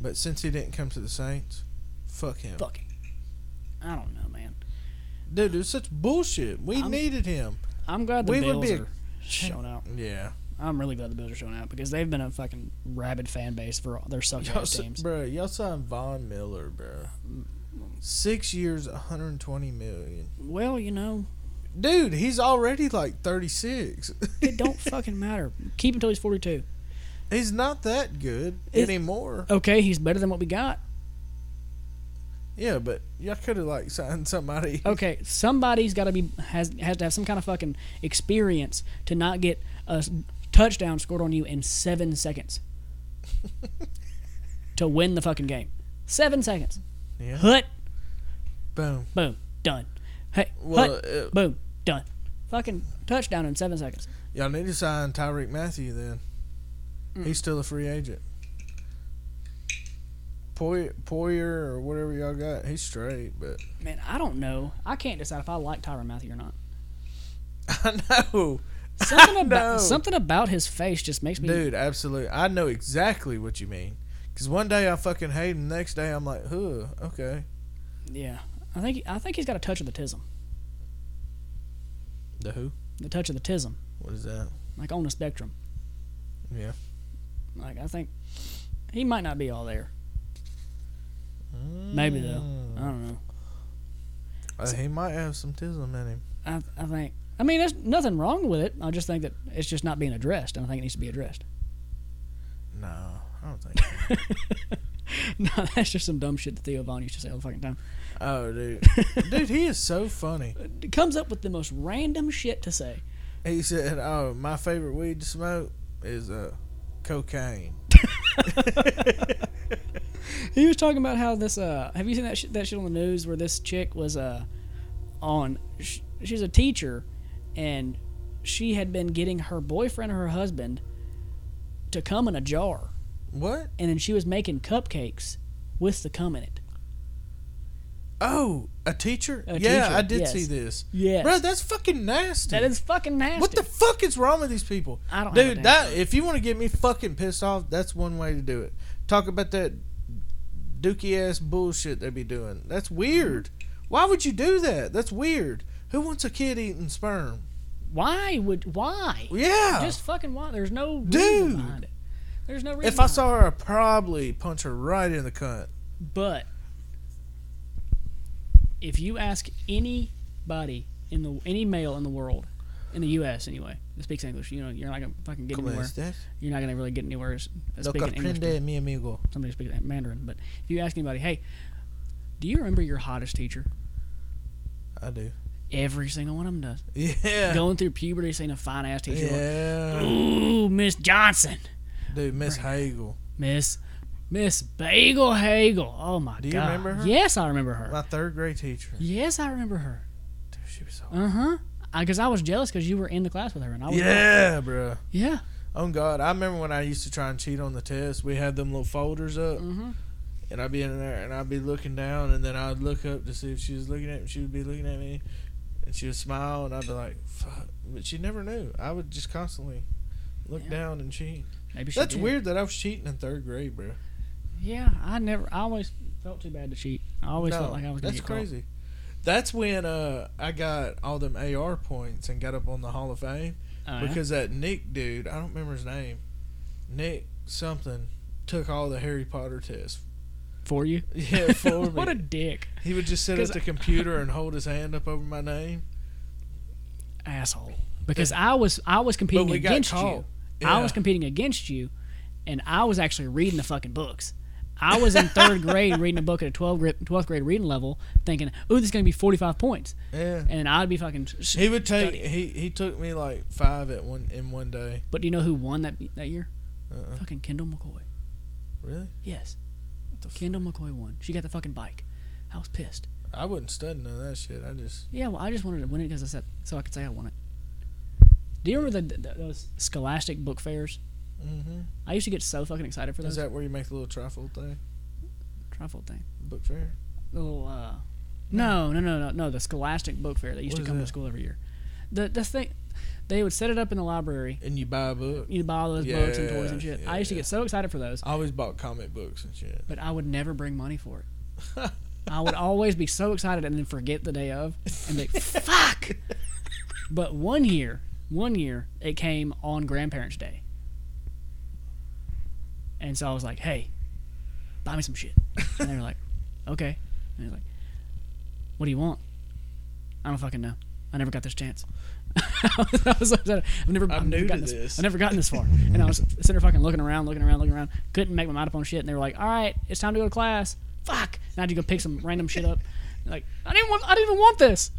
but since he didn't come to the Saints, fuck him.
Fucking. I don't know, man.
Dude, it's such bullshit. We
I'm-
needed him.
I'm glad the
We would
Bills
be a-
are showing out.
Yeah.
I'm really glad the Bills are showing out because they've been a fucking rabid fan base for all their suck
Y'all,
ass
si-
teams.
bro, y'all signed Von Miller, bro. Six years, 120 million.
Well, you know,
Dude, he's already like 36.
it don't fucking matter. Keep him till he's 42.
he's not that good
It-
anymore.
Okay, he's better than what we got.
Yeah, but y'all could have like signed somebody.
Okay, somebody's got to be has has to have some kind of fucking experience to not get a s- touchdown scored on you in seven seconds to win the fucking game. Seven seconds.
Yeah.
Hut,
Boom.
boom, done. Hey,
Well,
hut,
uh,
boom, done. Fucking touchdown in seven seconds.
y'all need to sign Tyreek Matthew then. He's still a free agent. Poyer, Poyer or whatever y'all got, he's straight, but
Man, I don't know. I can't decide if I like Tyron Matthew or not.
I know.
Something about
know.
something about his face just makes me.
Dude, absolutely. I know exactly what you mean. Because one day I fucking hate him, the next day I'm like, huh, okay.
Yeah, I think I think he's got a touch of the tism.
The who?
The touch of the tism,
What is that?
like on the spectrum.
Yeah.
Like I think he might not be all there. Maybe though. I don't know.
Uh, he might have some tism in him.
I I think. I mean, there's nothing wrong with it. I just think that it's just not being addressed, and I think it needs to be addressed.
No, I don't think. so.
no, that's just some dumb shit that Theo Vaughn used to say all the fucking time.
oh, dude. Dude, he is so funny.
Comes up with the most random shit to say.
He said, oh, my favorite weed to smoke is uh, cocaine.
He was talking about how this. Uh, have you seen that sh- that shit on the news where this chick was uh, on? Sh- she's a teacher, and she had been getting her boyfriend or her husband to come in a jar,
What?
and then she was making cupcakes with the cum in it.
Oh, a teacher?
A
yeah,
teacher,
I did
yes.
see this.
Yes.
Bro, that's fucking nasty.
That is fucking nasty.
What the fuck is wrong with these people?
I don't have a
Dude,
damn
that if you want to get me fucking pissed off, that's one way to do it. Talk about that dookie ass bullshit they be doing. That's weird.
Mm-hmm.
Why would you do that? That's weird. Who wants a kid eating sperm?
why would why?
Yeah.
Just fucking why? There's no reason
Dude.
behind it. There's no reason.
if I
behind it.
saw her, I'd probably punch her right in the cunt.
But if you ask anybody in the any male in the world, in the U.S. anyway, that speaks English, you know, you're not gonna fucking get anywhere. You're not gonna really get anywhere as- as
Lo
speaking English. to
comprende mi amigo.
Somebody speaks Mandarin, but if you ask anybody, hey, do you remember your hottest teacher?
I do. Every.
Every single one of them does.
Yeah.
Going through puberty, seeing a fine ass teacher. like,
yeah.
Ooh, Miss Johnson,
Dude, Miss Hagel.
Miss. Miss Bagel Hagel. Oh my god.
Do you remember her?
Yes, I remember her.
My third grade teacher.
Yes, I remember her.
Dude, she was so.
Uh huh. Because I, was jealous because you were in the class with her, and I was
Yeah, bruh.
yeah. Mm-hmm.
Oh God, I remember when I used to try and cheat on the test. We had them little folders up, and I'd be in there and I'd be looking down and then I'd look up to see if she was looking at me. She would be looking at me and she would smile and I'd be like, fuck. But she never knew. I would just constantly look
Yeah.
down and cheat.
Maybe she
That's
did.
weird that I was cheating in third grade, bro.
Yeah, I never. I always felt too bad to cheat. I always felt like I was. Gonna
that's
get caught.
crazy. That's when uh, I got all them AR points and got up on the Hall of Fame
Oh, yeah?
because that Nick dude, I don't remember his name, Nick something, took all the Harry Potter tests.
for you.
Yeah, for
what
me.
a dick
he would just sit at
'cause
the computer and hold his hand up over my name.
asshole. Because I was I was competing
we got
against
caught.
you. I was
Yeah.
competing against you, and I was actually reading the fucking books. I was in third grade reading a book at a 12 grade, 12th grade reading level, thinking, "Ooh, this is gonna be 45 points,"
Yeah.
and I'd be fucking. s-
He would take
studying.
he he took me like five at one in one day.
But do you know who won that that year?
Uh-uh.
Fucking Kendall McCoy.
Really?
Yes.
the fuck?
Kendall McCoy won. She got the fucking bike. I was pissed.
I wouldn't study none of that shit. I just
Yeah, well, I just wanted to win it because I said so I could say I won it. Do you remember the, the, those Scholastic book fairs?
mm-hmm.
I used to get so fucking excited for those.
Is that where you make the little trifle thing?
trifle thing.
Book fair?
The little uh no, no, no, no, no, the Scholastic Book Fair that used
What
to
is
come to
that?
school every year. The the thing they would set it up in the library.
And you buy a book.
You'd buy all those books and toys and
Yeah,
shit.
yeah,
I used to
yeah.
get so excited for those,
I always bought comic books and shit.
but I would never bring money for it. I would always be so excited and then forget the day of and be like, fuck. But one year, one year, it came on Grandparents' Day. And so I was like, hey, buy me some shit. And they were like, okay. And he's like, what do you want? I don't fucking know. I never got this chance. I was so upset. I've never,
I'm
I've
new
never
to
gotten this.
this.
I've never gotten this far. And I was sitting there fucking looking around, looking around, looking around. Couldn't make my mind up on shit. And they were like, all right, it's time to go to class. Fuck. And I had to go pick some random shit up. Like, I didn't want, I didn't even want this.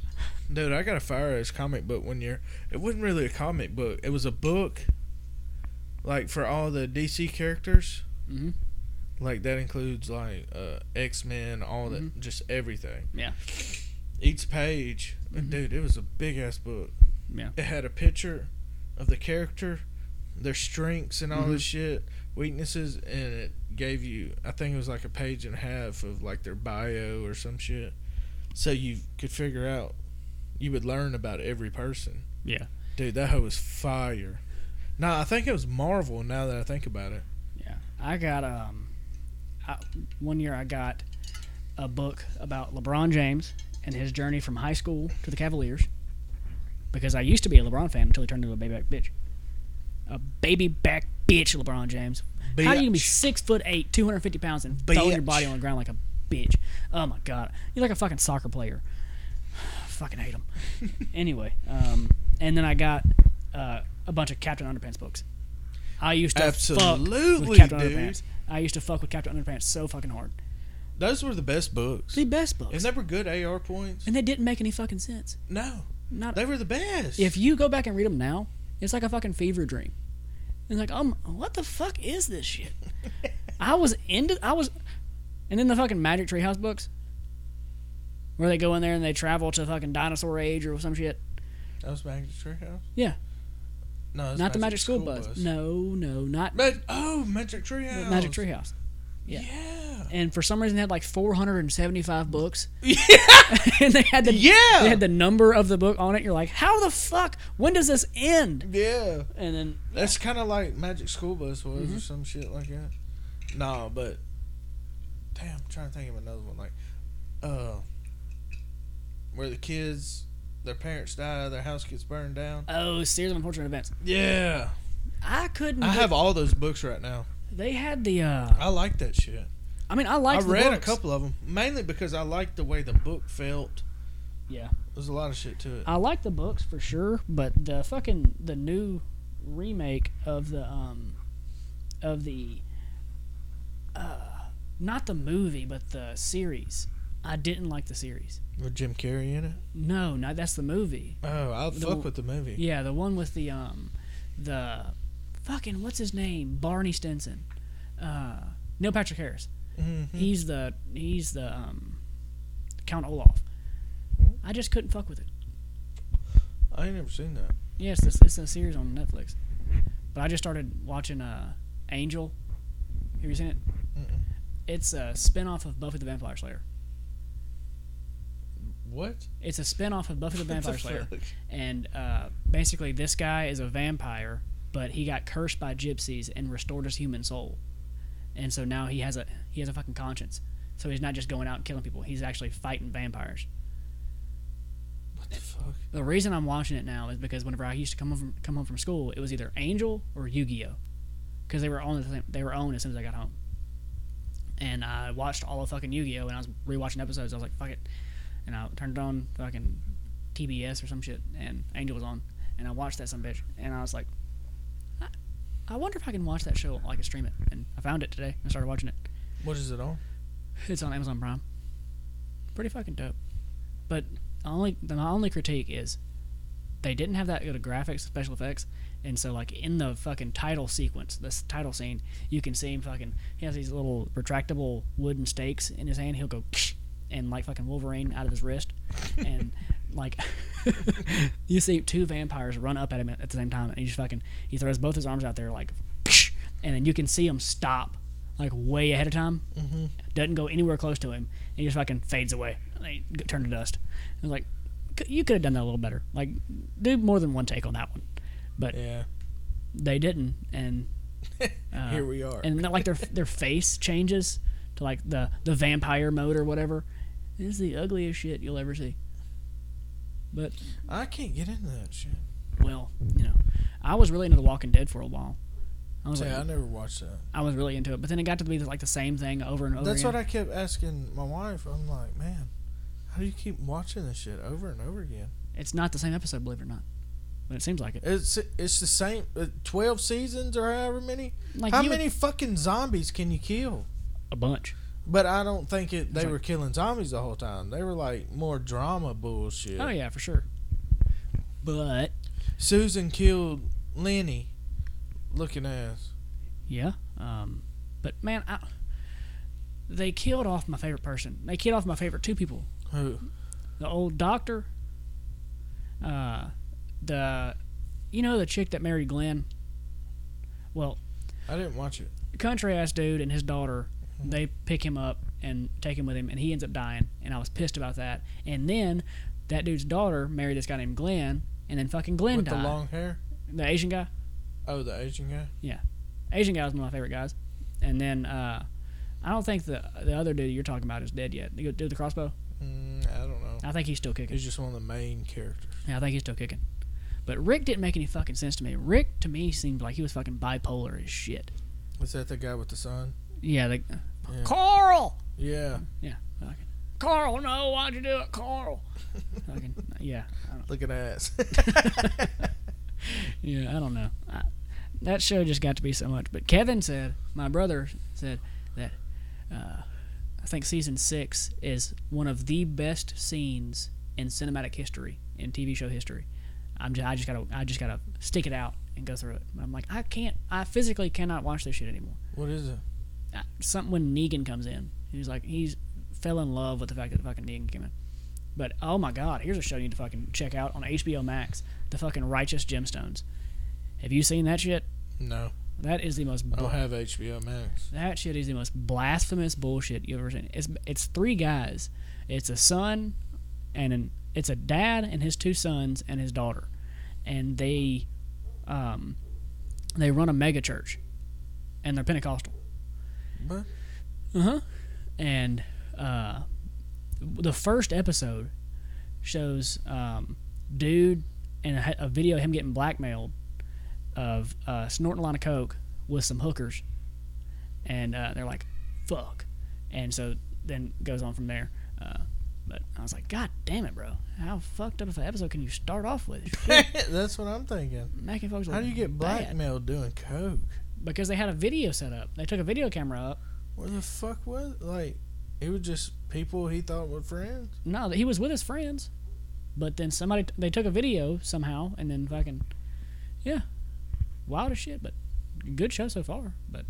Dude, I got a Fire Ace comic book one year. It wasn't really a comic book. It was a book, like for all the DC characters.
Mhm.
Like that includes like uh, X Men, all that, just everything.
Yeah.
Each page, and dude, it was a big ass book.
Yeah.
It had a picture of the character, their strengths, and all this
Mm-hmm.
shit, weaknesses, and it gave you. I think it was like a page and a half of like their bio or some shit, so you could figure out. You would learn about every person.
Yeah.
Dude, that hoe was fire. Nah, I think it was Marvel. Now that I think about it,
Yeah, I got um, I, one year I got a book about LeBron James and his journey from high school to the Cavaliers, because I used to be a LeBron fan until he turned into a baby back bitch, a baby back bitch, LeBron James. How are you gonna be
Bitch.
six foot eight, two hundred fifty pounds, and throwing your
Bitch.
body on the ground like a bitch? Oh my god, you're like a fucking soccer player. fucking hate him. anyway, um, and then I got uh, a bunch of Captain Underpants books. I used to fuck with
Absolutely,
Captain
dude.
Underpants. I used to fuck with Captain Underpants so fucking hard.
those were the best books.
The best books,
And they were good AR points.
and they didn't make any fucking sense.
No,
Not
they were the best.
if you go back and read them now, it's like a fucking fever dream. It's like, um, what the fuck is this shit? I was into, I was, and then the fucking Magic Tree House books, where they go in there and they travel to fucking dinosaur age or some shit.
that was Magic Treehouse.
Yeah,
No, it was
not the Magic School, Bus. No, no, not
Mag- oh, Magic Treehouse.
the Magic Tree House.
Yeah.
yeah. and for some reason they had like 475 books.
Yeah.
and they had the
Yeah.
they had the number of the book on it. You're like, how the fuck? When does this end?
Yeah.
And then
That's kind of like Magic School Bus was
Mm-hmm.
or some shit like that. Nah, but damn, I'm trying to think of another one like uh where the kids their parents die, their house gets burned down.
oh, series of unfortunate events.
Yeah.
I couldn't.
I
get-
have all those books right now.
They had the. uh
I like that shit.
I mean, I
I
liked. the
read a
books.
couple of them mainly because I liked the way the book felt.
Yeah,
There's a lot of shit to it.
I liked the books for sure, but the fucking the new remake of the um of the uh not the movie but the series. I didn't like the series.
With Jim Carrey in it.
No, no, that's the movie.
Oh, I'll
The-
fuck with the movie.
Yeah, the one with the um, the fucking what's his name? Barney Stinson. Uh, Neil Patrick Harris.
Mhm.
He's the he's the um, Count Olaf. I just couldn't fuck with it.
I ain't never seen that.
Yes, it's, it's a series on Netflix. But I just started watching uh, Angel. Have you seen it? It's a spinoff of Buffy the Vampire Slayer.
What?
It's a spinoff of Buffy the Vampire
the
Slayer,
fuck?
and uh, basically this guy is a vampire, but he got cursed by gypsies and restored his human soul, and so now he has a he has a fucking conscience. So he's not just going out and killing people; he's actually fighting vampires.
What the fuck?
The reason I'm watching it now is because whenever I used to come home from, come home from school, it was either Angel or Yu Gi Oh, because they were on the same, they were on as soon as I got home. And I watched all of fucking Yu Gi Oh, and I was rewatching episodes. I was like, fuck it, and I turned it on fucking TBS or some shit, and Angel was on, and I watched that some bitch, and I was like, I, I wonder if I can watch that show like I stream it, and I found it today and started watching it.
What is it on?
It's on Amazon Prime. Pretty fucking dope. But the only the, my only critique is they didn't have that good of graphics, special effects, and so like in the fucking title sequence, this title scene, you can see him fucking. He has these little retractable wooden stakes in his hand. He'll go and like fucking Wolverine out of his wrist, and like you see two vampires run up at him at at the same time, and he just fucking he throws both his arms out there like, and then you can see him stop like way ahead of time doesn't go anywhere close to him, and he just fucking fades away. And they g- turn to dust. And like, c- you could have done that a little better. Like, do more than one take on that one, but
Yeah.
they didn't. And uh,
Here we are.
And like their their face changes to like the the vampire mode or whatever. This is the ugliest shit you'll ever see. But
I can't get into that shit.
well, you know, I was really into The Walking Dead for a while. I was
Yeah, I
like,
never watched that.
I was really into it, but then it got to be like the same thing over and over.
That's
again.
what I kept asking my wife. I'm like, man, how do you keep watching this shit over and over again?
It's not the same episode, believe it or not, but it seems like it.
It's it's the same uh, twelve seasons or however many.
Like
how
you would-
many fucking zombies can you kill?
A bunch.
But I don't think it. They
It's like-
were killing zombies the whole time. They were like more drama bullshit.
Oh yeah, for sure. But
Susan killed Lenny, looking ass.
yeah, um, but man, I, they killed off my favorite person. They killed off my favorite two people:
Who?
the old doctor, uh, the, you know, the chick that married Glenn. Well,
I didn't watch it.
country ass dude and his daughter, they pick him up and take him with him, and he ends up dying. And I was pissed about that. And then that dude's daughter married this guy named Glenn, and then fucking Glenn
With
died.
the long hair.
the Asian guy.
Oh, the Asian guy.
Yeah, Asian guy was one of my favorite guys. And then uh, I don't think the the other dude you're talking about is dead yet. The dude with the crossbow.
Mm, I don't know.
I think he's still kicking.
He's just one of the main characters.
Yeah, I think he's still kicking. But Rick didn't make any fucking sense to me. Rick to me seemed like he was fucking bipolar as shit.
Is that the guy with the son?
Yeah, like
Yeah.
Carl.
Yeah.
Yeah, fucking Carl. No, why'd you do it, Carl? fucking yeah, I don't,
Look at ass.
yeah, I don't know. I, that show just got to be so much. But Kevin said, my brother said that uh, I think season six is one of the best scenes in cinematic history, in TV show history. I'm just, I just gotta, I just gotta stick it out and go through it. But I'm like, I can't, I physically cannot watch this shit anymore.
what is it?
I, something when Negan comes in, he's like, he's fell in love with the fact that fucking Negan came in. But oh my god, here's a show you need to fucking check out on HBO Max, the fucking Righteous Gemstones. Have you seen that shit?
No,
That is the most
I
bl-
don't have HBO Max.
that shit is the most blasphemous bullshit you've ever seen. It's it's three guys. It's a son and an it's a dad and his two sons and his daughter. And they um they run a mega church and they're Pentecostal.
What?
Uh-huh. And uh the first episode shows um dude and a, a video of him getting blackmailed of uh, snorting a line of coke with some hookers and uh, they're like, "Fuck," and so then goes on from there. Uh, but I was like, "God damn it, bro! How fucked up of an episode can you start off with?" Shit,
That's what I'm thinking.
Mac and folks,
How
look
do you get
bad.
blackmailed doing coke?
Because they had a video set up. They took a video camera up.
Where the fuck was like? It was just people he thought were friends.
No, he was with his friends, but then somebody they took a video somehow, and then fucking, yeah, wild as shit. But good show so far. But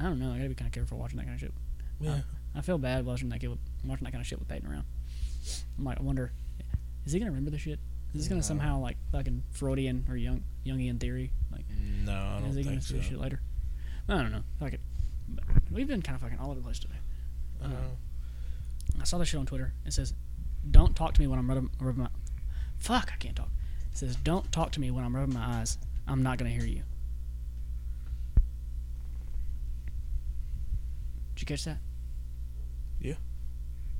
I don't know. I gotta be kind of careful watching that kind of shit.
Yeah.
I feel bad watching that kid with, watching that kind of shit with Peyton around. I'm like, I wonder, is he gonna remember this shit? Is this gonna
No.
somehow like fucking Freudian or Young Jungian theory? Like,
No, I
is he gonna see this shit later? I don't know. Fuck it. But we've been kind of fucking all over the place today.
I
Uh-huh.
know.
I saw this shit on Twitter. It says, "Don't talk to me when I'm rubbing, rubbing my." Fuck, I can't talk. It says, "Don't talk to me when I'm rubbing my eyes. I'm not gonna hear you." Did you catch that?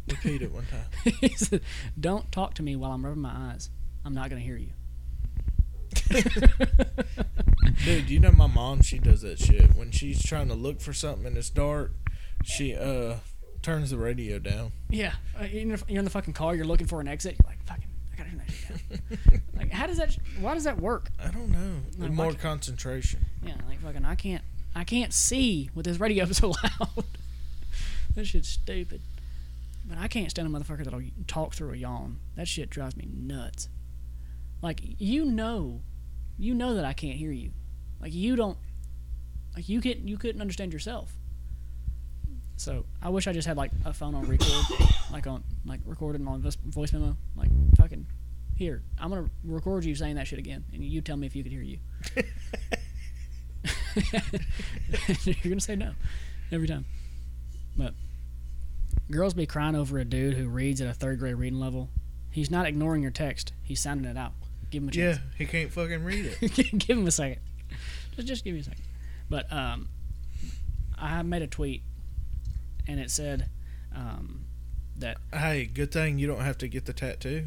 Repeat it one time.
he said, "Don't talk to me while I'm rubbing my eyes. I'm not gonna hear you."
Dude, you know my mom, she does that shit. When she's trying to look for something and it's dark, she uh turns the radio down.
Yeah, uh, you're in the- you're in the fucking car. You're looking for an exit. You're like, "Fucking, I gotta turn that shit down." like, how does that? sh- Why does that work?
I don't know.
No,
More
like-
concentration.
Yeah, like fucking, I can't, I can't see with this radio so loud. that shit's stupid. But I can't stand a motherfucker that'll talk through a yawn. That shit drives me nuts. Like you know, you know that I can't hear you. Like you don't, like you could, you couldn't understand yourself. So I wish I just had like a phone on record, like on like recorded on voice- voice memo, like fucking. Here, I'm gonna record you saying that shit again, and you tell me if you could hear you. you're gonna say no every time. But girls be crying over a dude who reads at a third grade reading level. He's not ignoring your text. He's sounding it out. Give him a
Yeah,
chance.
he can't fucking read it.
give him a second. Just, just give me a second. But um, I made a tweet, and it said, um, that
hey, good thing you don't have to get the tattoo.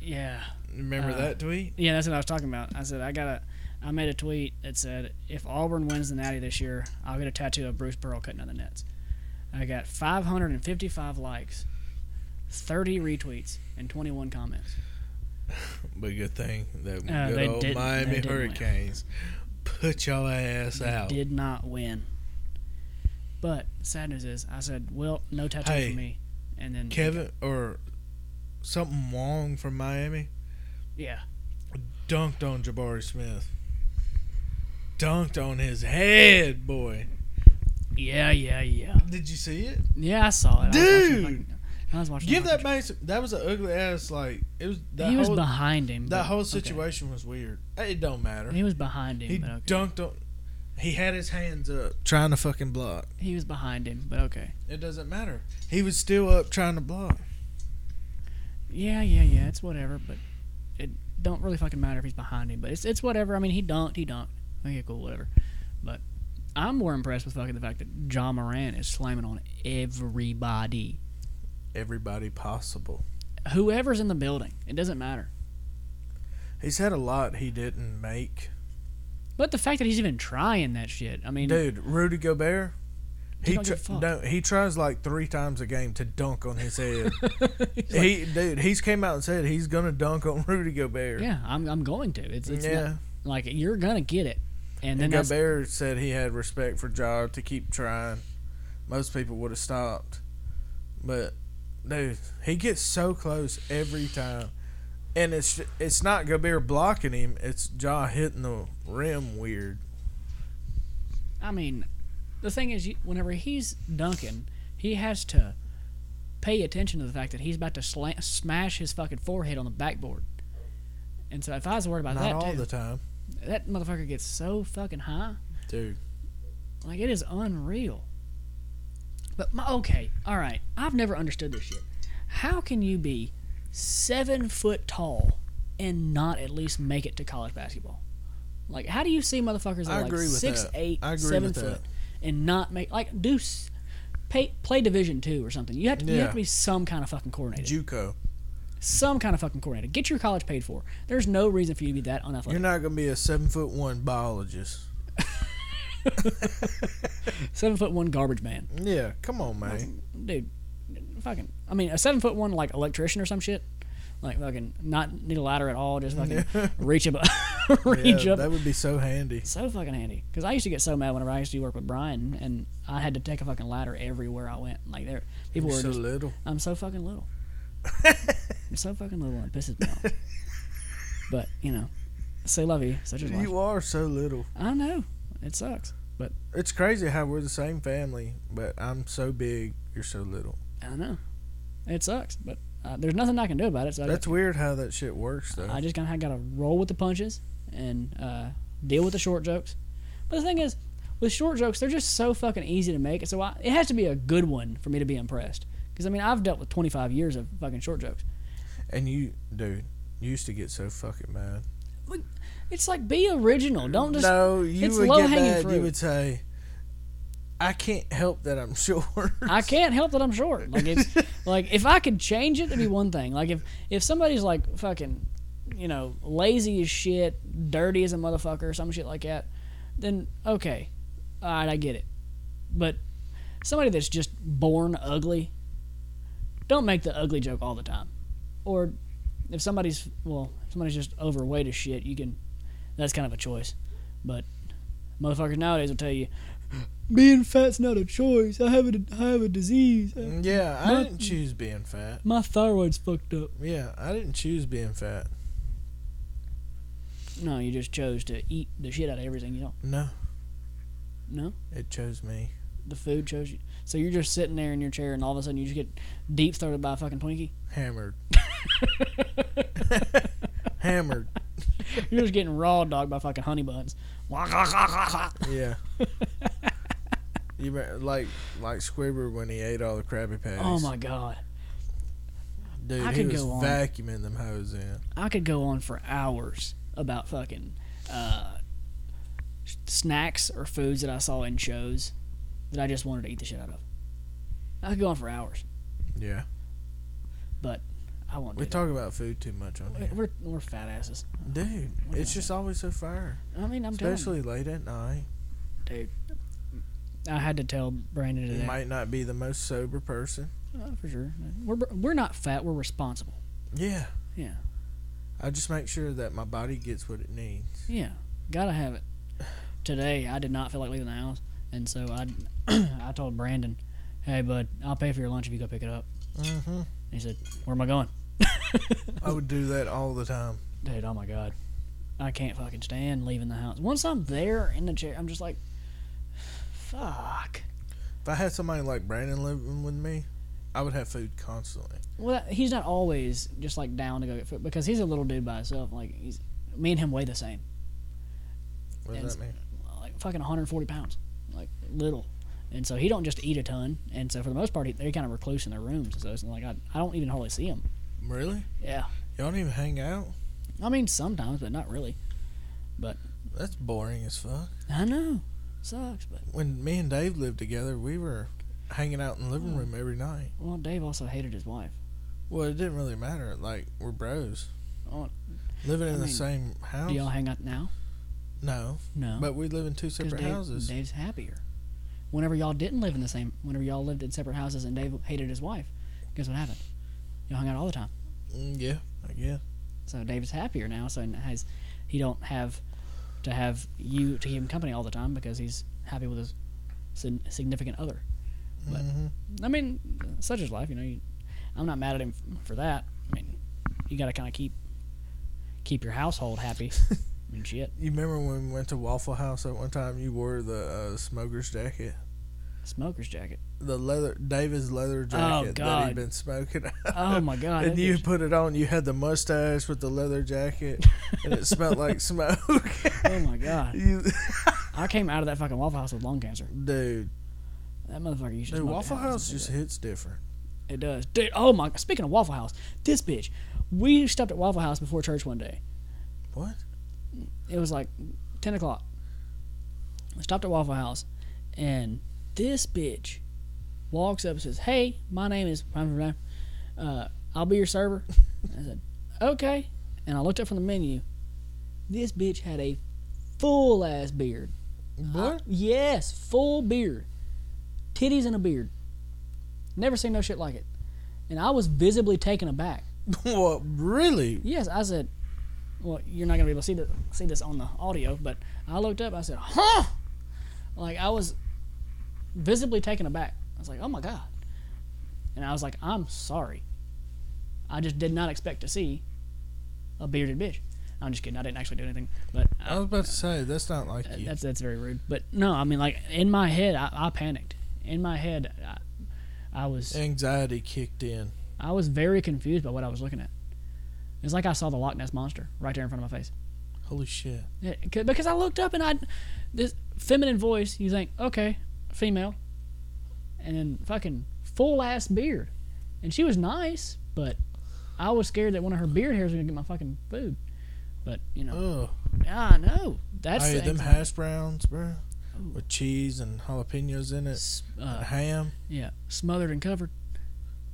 yeah,
Remember
Uh,
that tweet?
Yeah, that's what I was talking about. I said I got a. I made a tweet that said, "If Auburn wins the Natty this year, I'll get a tattoo of Bruce Pearl cutting on the nets." I got 555 likes, 30 retweets, and 21 comments.
But good thing that
Uh,
good
they
old
didn't- they
Miami
didn't win.
Hurricanes put y'all ass out.
Did not win. But sad news is, I said, "Well, no tattoo
Hey,
for me." And then
Kevin or something Wong from Miami
yeah,
dunked on Jabari Smith. Dunked on his head, boy.
yeah, yeah, yeah,
Did you see it?
yeah. I saw it,
Dude!
I was watching, the fucking- I was watching the
Give that
fucking-
man. some- That was an ugly ass. Like it was. That
he was
whole,
behind him.
That
but-
whole
okay.
situation was weird. It don't matter.
He was behind him.
He
but okay.
dunked on. He had his hands up trying to fucking block.
He was behind him, but okay.
It doesn't matter. He was still up trying to block.
Yeah, yeah, yeah. It's whatever, but it don't really fucking matter if he's behind him. But it's it's whatever. I mean, he dunked, he dunked. Okay, cool, whatever. But I'm more impressed with fucking the fact that John Moran is slamming on everybody,
Everybody possible.
whoever's in the building. It doesn't matter.
He's had a lot he didn't make.
But the fact that he's even trying that shit. I mean,
Dude, Rudy Gobert.
He
He
don't
tr-
give a fuck.
no, he tries like three times a game to dunk on his head. he dude, he's came out and said he's gonna dunk on Rudy Gobert.
yeah, I'm I'm going to. It's it's
Yeah.
not, like you're gonna get it. And then
And
that's,
Gobert said he had respect for Ja to keep trying. Most people would have stopped, but dude, he gets so close every time, and it's it's not Gobert blocking him; it's Ja hitting the rim weird.
I mean, the thing is, you- whenever he's dunking, he has to pay attention to the fact that he's about to sla- smash his fucking forehead on the backboard. And so, if I was worried about
Not
that,
all
too,
the time,
that motherfucker gets so fucking high,
dude.
like it is unreal. But my, okay, all right, I've never understood this shit. How can you be seven foot tall and not at least make it to college basketball? Like, how do you see motherfuckers that
I
are
agree
like
with
six,
that.
eight,
I agree
seven
with
foot
that.
and not make like do s- pay, play Division two or something? You have to you have
Yeah.
to be some kind of fucking coordinator,
JUCO.
some kind of fucking coordinator. Get your college paid for. There's no reason for you to be that unathletic.
You're not gonna be a seven foot one biologist.
seven foot one garbage man.
Yeah, come on, man.
dude, fucking. I mean, a seven foot one like electrician or some shit, like fucking not need a ladder at all, just fucking reach up, reach
Yeah,
up.
that would be so handy.
so fucking handy. Because I used to get so mad whenever I used to work with Brian, and I had to take a fucking ladder everywhere I went. Like there, people were
so
just,
little.
I'm so fucking little. I'm so fucking little, and it pisses me off. But you know, say lovey, such as life.
You are so little.
I know it sucks, but
It's crazy how we're the same family, but I'm so big, you're so little.
I know it sucks. But uh, there's nothing I can do about it. So I
That's weird how that shit works, though.
I just kind of got to roll with the punches and uh, deal with the short jokes. But the thing is, with short jokes, they're just so fucking easy to make. So I, it has to be a good one for me to be impressed. Because I mean, I've dealt with 25 years of fucking short jokes.
And you, dude, you used to get so fucking mad.
Like, It's like be original. Don't just
no, you
it's
would
low
get
hanging
mad.
fruit.
You would say, "I can't help that I'm short."
I can't help that I'm short. Like it's like if I could change it, it'd be one thing. Like if if somebody's like fucking, you know, lazy as shit, dirty as a motherfucker, or some shit like that, then okay, all right, I get it. But somebody that's just born ugly, don't make the ugly joke all the time. Or if somebody's well, if somebody's just overweight as shit, you can. That's kind of a choice, but motherfuckers nowadays will tell you. Being fat's not a choice. I have a, I have a disease.
yeah, I
Not-
didn't choose being fat.
My thyroid's fucked up.
Yeah, I didn't choose being fat.
No, you just chose to eat the shit out of everything you don't.
No,
No,
it chose me.
the food chose you. So you're just sitting there in your chair, and all of a sudden you just get deep throated by a fucking Twinkie.
Hammered. Hammered.
You're just getting raw dog by fucking honey buns. Oh
Yeah. you re- like like Squidward when he ate all the Krabby Patties.
Oh my god,
Dude,
I
he
could
was
go on.
vacuuming them hoes in.
I could go on for hours about fucking uh, s- snacks or foods that I saw in shows that I just wanted to eat the shit out of. I could go on for hours,
Yeah.
but I won't. Do
We
we
talk about food too much on here.
we're we're fat asses.
Dude, it's just always so fire.
I mean, I'm telling you.
Especially late at night.
dude. I had to tell Brandon
You
today.
might not be the most sober person.
Oh, for sure. We're we're not fat. We're responsible.
Yeah.
Yeah.
I just make sure that my body gets what it needs.
Yeah. Gotta have it. Today I did not feel like leaving the house, and so I I told Brandon, "Hey, bud, I'll pay for your lunch if you go pick it up."
Mm-hmm.
And he said, "Where am I going?"
I would do that all the time.
Dude, oh my god, I can't fucking stand leaving the house. Once I'm there in the chair, I'm just like, fuck.
If I had somebody like Brandon living with me, I would have food constantly.
Well, that, he's not always just like down to go get food because he's a little dude by himself. Like he's me and him weigh the same.
What does
And-
that mean?
like fucking 140 pounds, like little. And so he don't just eat a ton. And so for the most part, he, they're kind of recluse in their rooms. So it's like I, I don't even hardly see him.
Really?
Yeah,
Y'all don't even hang out?
I mean sometimes, but not really.
That's boring as fuck.
I know, sucks, but
When me and Dave lived together, we were hanging out in the
Hmm.
living room every night.
well, Dave also hated his wife.
Well, it didn't really matter. Like, we're bros.
Oh,
Living in
I
the
mean,
same
do y'all
house?
hang out now?
No.
No,
But we live in two
'Cause
separate
Dave-
houses.
Dave's happier. Whenever y'all didn't live in the same, whenever y'all lived in separate houses and Dave hated his wife, guess what happened? Y'all hung out all the time.
Mm, yeah, I guess.
So Dave's happier now, so he has he don't have to have you to keep him company all the time because he's happy with his sin- significant other. But-
hmm
I mean, such is life, you know. You, I'm not mad at him f- for that. I mean, you got to kind of keep keep your household happy. I mean, shit,
You remember when we went to Waffle House at one time? You wore the uh, smoker's jacket,
smoker's jacket.
the leather David's leather jacket that
Oh, God.
he'd been smoking.
Oh my god!
and
that
you
bitch-
put it on. You had the mustache with the leather jacket, and it smelled like smoke.
oh my god!
you,
I came out of that fucking Waffle House with lung cancer.
dude,
That motherfucker used to.
dude,
smoke the
Waffle
hell out of
House
that
just
cigarette.
hits different.
It does. Dude, oh my! Speaking of Waffle House, this bitch. We stopped at Waffle House before church one day.
What?
it was like 10 o'clock. I stopped at Waffle House, and this bitch walks up and says, Hey, my name is. Uh, I'll be your server. I said, Okay. And I looked up from the menu. This bitch had a full ass beard.
What?
Yes, full beard. Titties and a beard. Never seen no shit like it. And I was visibly taken aback.
what? Really?
Yes, I said. Well, you're not gonna be able to see this, see this on the audio, but I looked up. I said, "Huh?" Like I was visibly taken aback. I was like, "Oh my god!" And I was like, "I'm sorry. I just did not expect to see a bearded bitch." I'm just kidding. I didn't actually do anything, but
I was about to say that's not like you.
Uh, that's that's very rude. But no, I mean, like in my head, I, I panicked. In my head, I, I was
Anxiety kicked in.
I was very confused by what I was looking at. It's like I saw the Loch Ness monster right there in front of my face.
Holy shit!
Yeah, 'cause- because I looked up and I this feminine voice, you think, okay, female, and then fucking full ass beard, and she was nice, but I was scared that one of her beard hairs was gonna get my fucking food. But you know,
Ugh.
yeah, I know that's
I
the
ate Oh. them
anxiety.
hash browns, bro, with cheese and jalapenos in it,
S-
and
uh,
ham.
yeah, smothered and covered.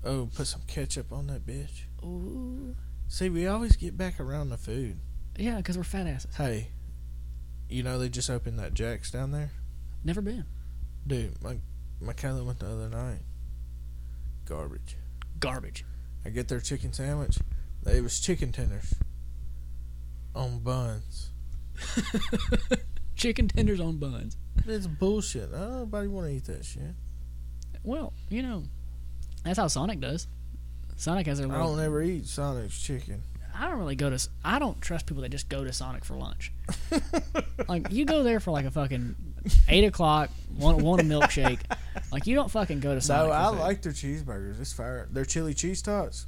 Oh, put some ketchup on that bitch.
Ooh.
See, we always get back around the food.
Yeah, because we're fat asses.
Hey, you know they just opened that Jack's down there,
Never been
dude. My my cousin went the other night. Garbage.
garbage.
I get their chicken sandwich. It was chicken tenders on buns.
Chicken tenders on buns.
It's bullshit. I don't nobody want to eat that shit.
Well, you know, that's how Sonic does. Sonic has their
I
little.
don't ever eat Sonic's chicken.
I don't really go to. s- I don't trust people that just go to Sonic for lunch. like you go there for like a fucking eight o'clock, want want a milkshake. Like you don't fucking go to Sonic.
No,
for
I
food.
like their cheeseburgers. It's fire. Their chili cheese tots,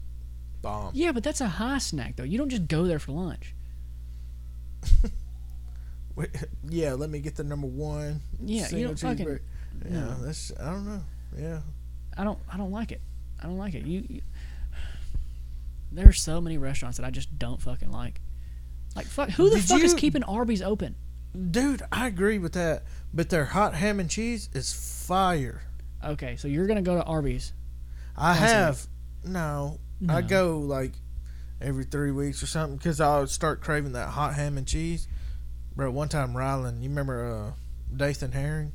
bomb.
Yeah, but that's a high snack though. You don't just go there for lunch.
Wait, yeah, let me get the number one.
Yeah, you
single
don't fucking-
cheeseburger. Yeah,
no.
that's. I don't know. Yeah,
I don't. I don't like it. I don't like it. You. you there are so many restaurants that I just don't fucking like. Like fuck, who the
Did
fuck is
you-
keeping Arby's open?
dude, I agree with that. But their hot ham and cheese is fire.
Okay, so you're gonna go to Arby's.
I
Once a
have no, I
No.
go like every three weeks or something because I would start craving that hot ham and cheese. Bro, one time Rylan, you remember uh, Dathan Herring,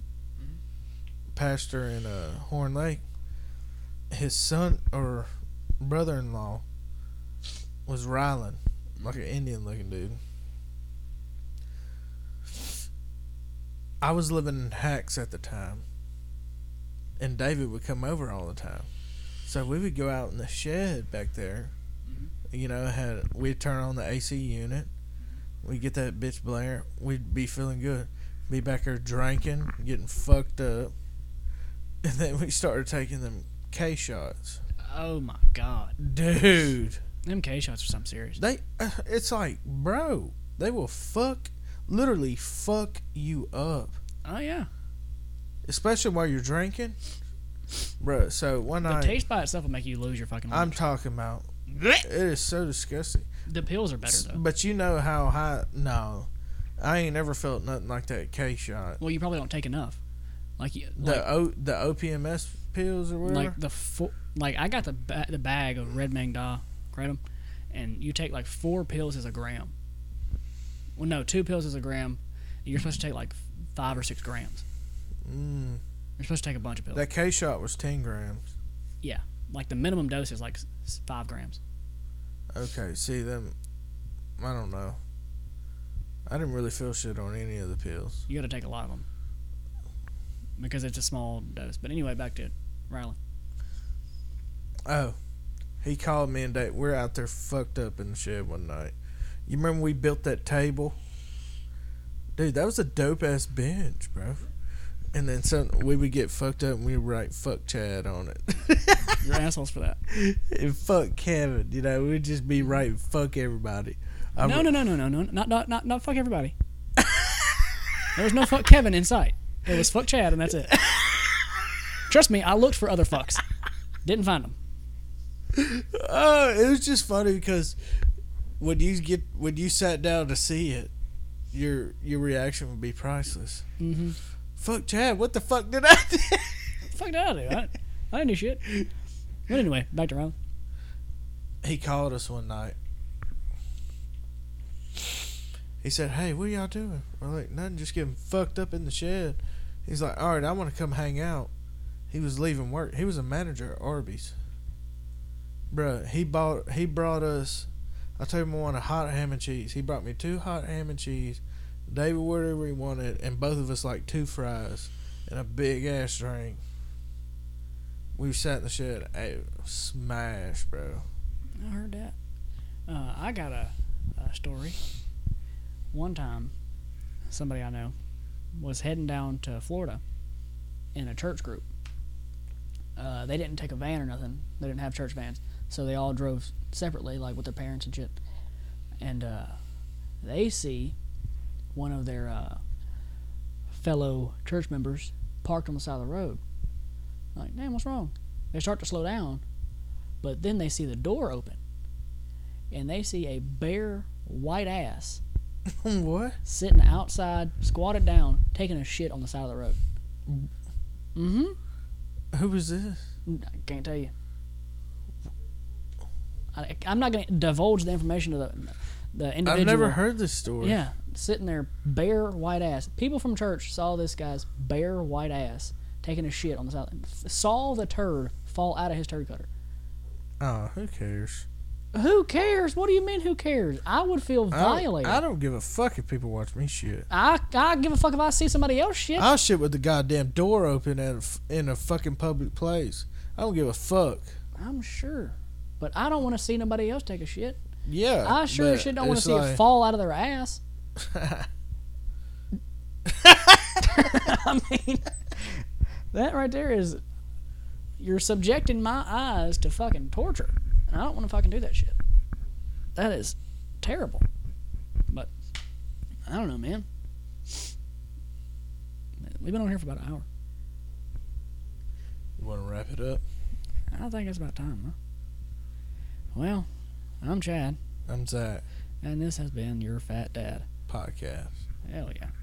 pastor in uh, Horn Lake, his son or brother-in-law was Rylan, like an Indian-looking dude. I was living in Hacks at the time, and David would come over all the time. So we would go out in the shed back there. You know, had we'd turn on the AC unit. We'd get that bitch blare. We'd be feeling good. Be back there drinking, getting fucked up. And then we started taking them K shots.
Oh my god,
Dude.
them K shots are something serious.
They uh, it's like, bro, they will fuck literally fuck you up.
Oh yeah,
Especially while you're drinking. Bro, so one
the
night
taste by itself will make you lose your fucking.
I'm
Mind.
talking about it is so disgusting.
The pills are better though.
But you know how high? No, I ain't never felt nothing like that K shot.
Well, you probably don't take enough. Like you,
The
like,
o, the OPMS pills or whatever.
like the four, like I got the ba- the bag of Red Mangda kratom, and you take like four pills as a gram. Well, no, two pills as a gram. You're supposed to take like f- five or six grams.
mm,
You're supposed to take a bunch of pills.
that K shot was ten grams.
yeah, like the minimum dose is like s- s- five grams.
Okay, see them. I don't know. I didn't really feel shit on any of the pills.
You got to take a lot of them because it's a small dose. But anyway, back to Riley.
Oh, he called me and Dave. We're out there fucked up in the shed one night. You remember we built that table? Dude, that was a dope ass bench, bro. And then some, we would get fucked up and we would write fuck Chad on it.
You're assholes for that.
and fuck Kevin. You know, we'd just be right. Fuck everybody. I'm,
No, no, no, no, no, no, not not not not fuck everybody. there was no fuck Kevin in sight. It was fuck Chad, and that's it. Trust me, I looked for other fucks, didn't find them.
Oh, it was just funny because when you get when you sat down to see it, your your reaction would be priceless. Mm-hmm. Fuck Chad. What the fuck did I do?
Fuck that, out of I, I didn't do shit. But anyway, back to Riley.
he called us one night. He said, "Hey, what y'all doing?" We're like, "Nothing, just getting fucked up in the shed." He's like, "All right, I want to come hang out." He was leaving work. He was a manager at Arby's. Bruh, he bought he brought us. I told him I wanted hot ham and cheese. He brought me two hot ham and cheese, David whatever he wanted, and both of us like two fries and a big ass drink. We sat in the shed, ate, smash, bro.
I heard that. Uh, I got a, a story. One time, somebody I know was heading down to Florida in a church group. Uh, they didn't take a van or nothing. They didn't have church vans, so they all drove separately, like with their parents and shit. And uh, they see one of their uh, fellow church members parked on the side of the road. Like, damn, what's wrong? They start to slow down, but then they see the door open, and they see a bare white ass
what?
sitting outside, squatted down, taking a shit on the side of the road. Mm-hmm.
Who was this?
I can't tell you. I, I'm not going to divulge the information to the the individual.
I've never heard this story.
Yeah, sitting there, bare white ass. People from church saw this guy's bare white ass taking a shit on the side. Saw the turd fall out of his turd cutter.
Oh, who cares?
Who cares? What do you mean? Who cares? I would feel
I don't-
violated.
I
I,
don't give a fuck if people watch me shit.
I, give a fuck if I see somebody else shit.
I'll shit with the goddamn door open at a f in a fucking public place. I don't give a fuck.
I'm sure, but I don't want to see nobody else take a shit.
Yeah.
I sure
Uh, but
as shit don't want
it's
to see
like-
it fall out of their ass. I mean, that right there is you're subjecting my eyes to fucking torture, and I don't want to fucking do that shit. That is terrible. But I don't know, man. We've been on here for about an hour.
You want to wrap it up?
I think it's about time, huh? Well, I'm Chad,
I'm Zach
and this has been your fat dad.
Podcast.
Hell yeah.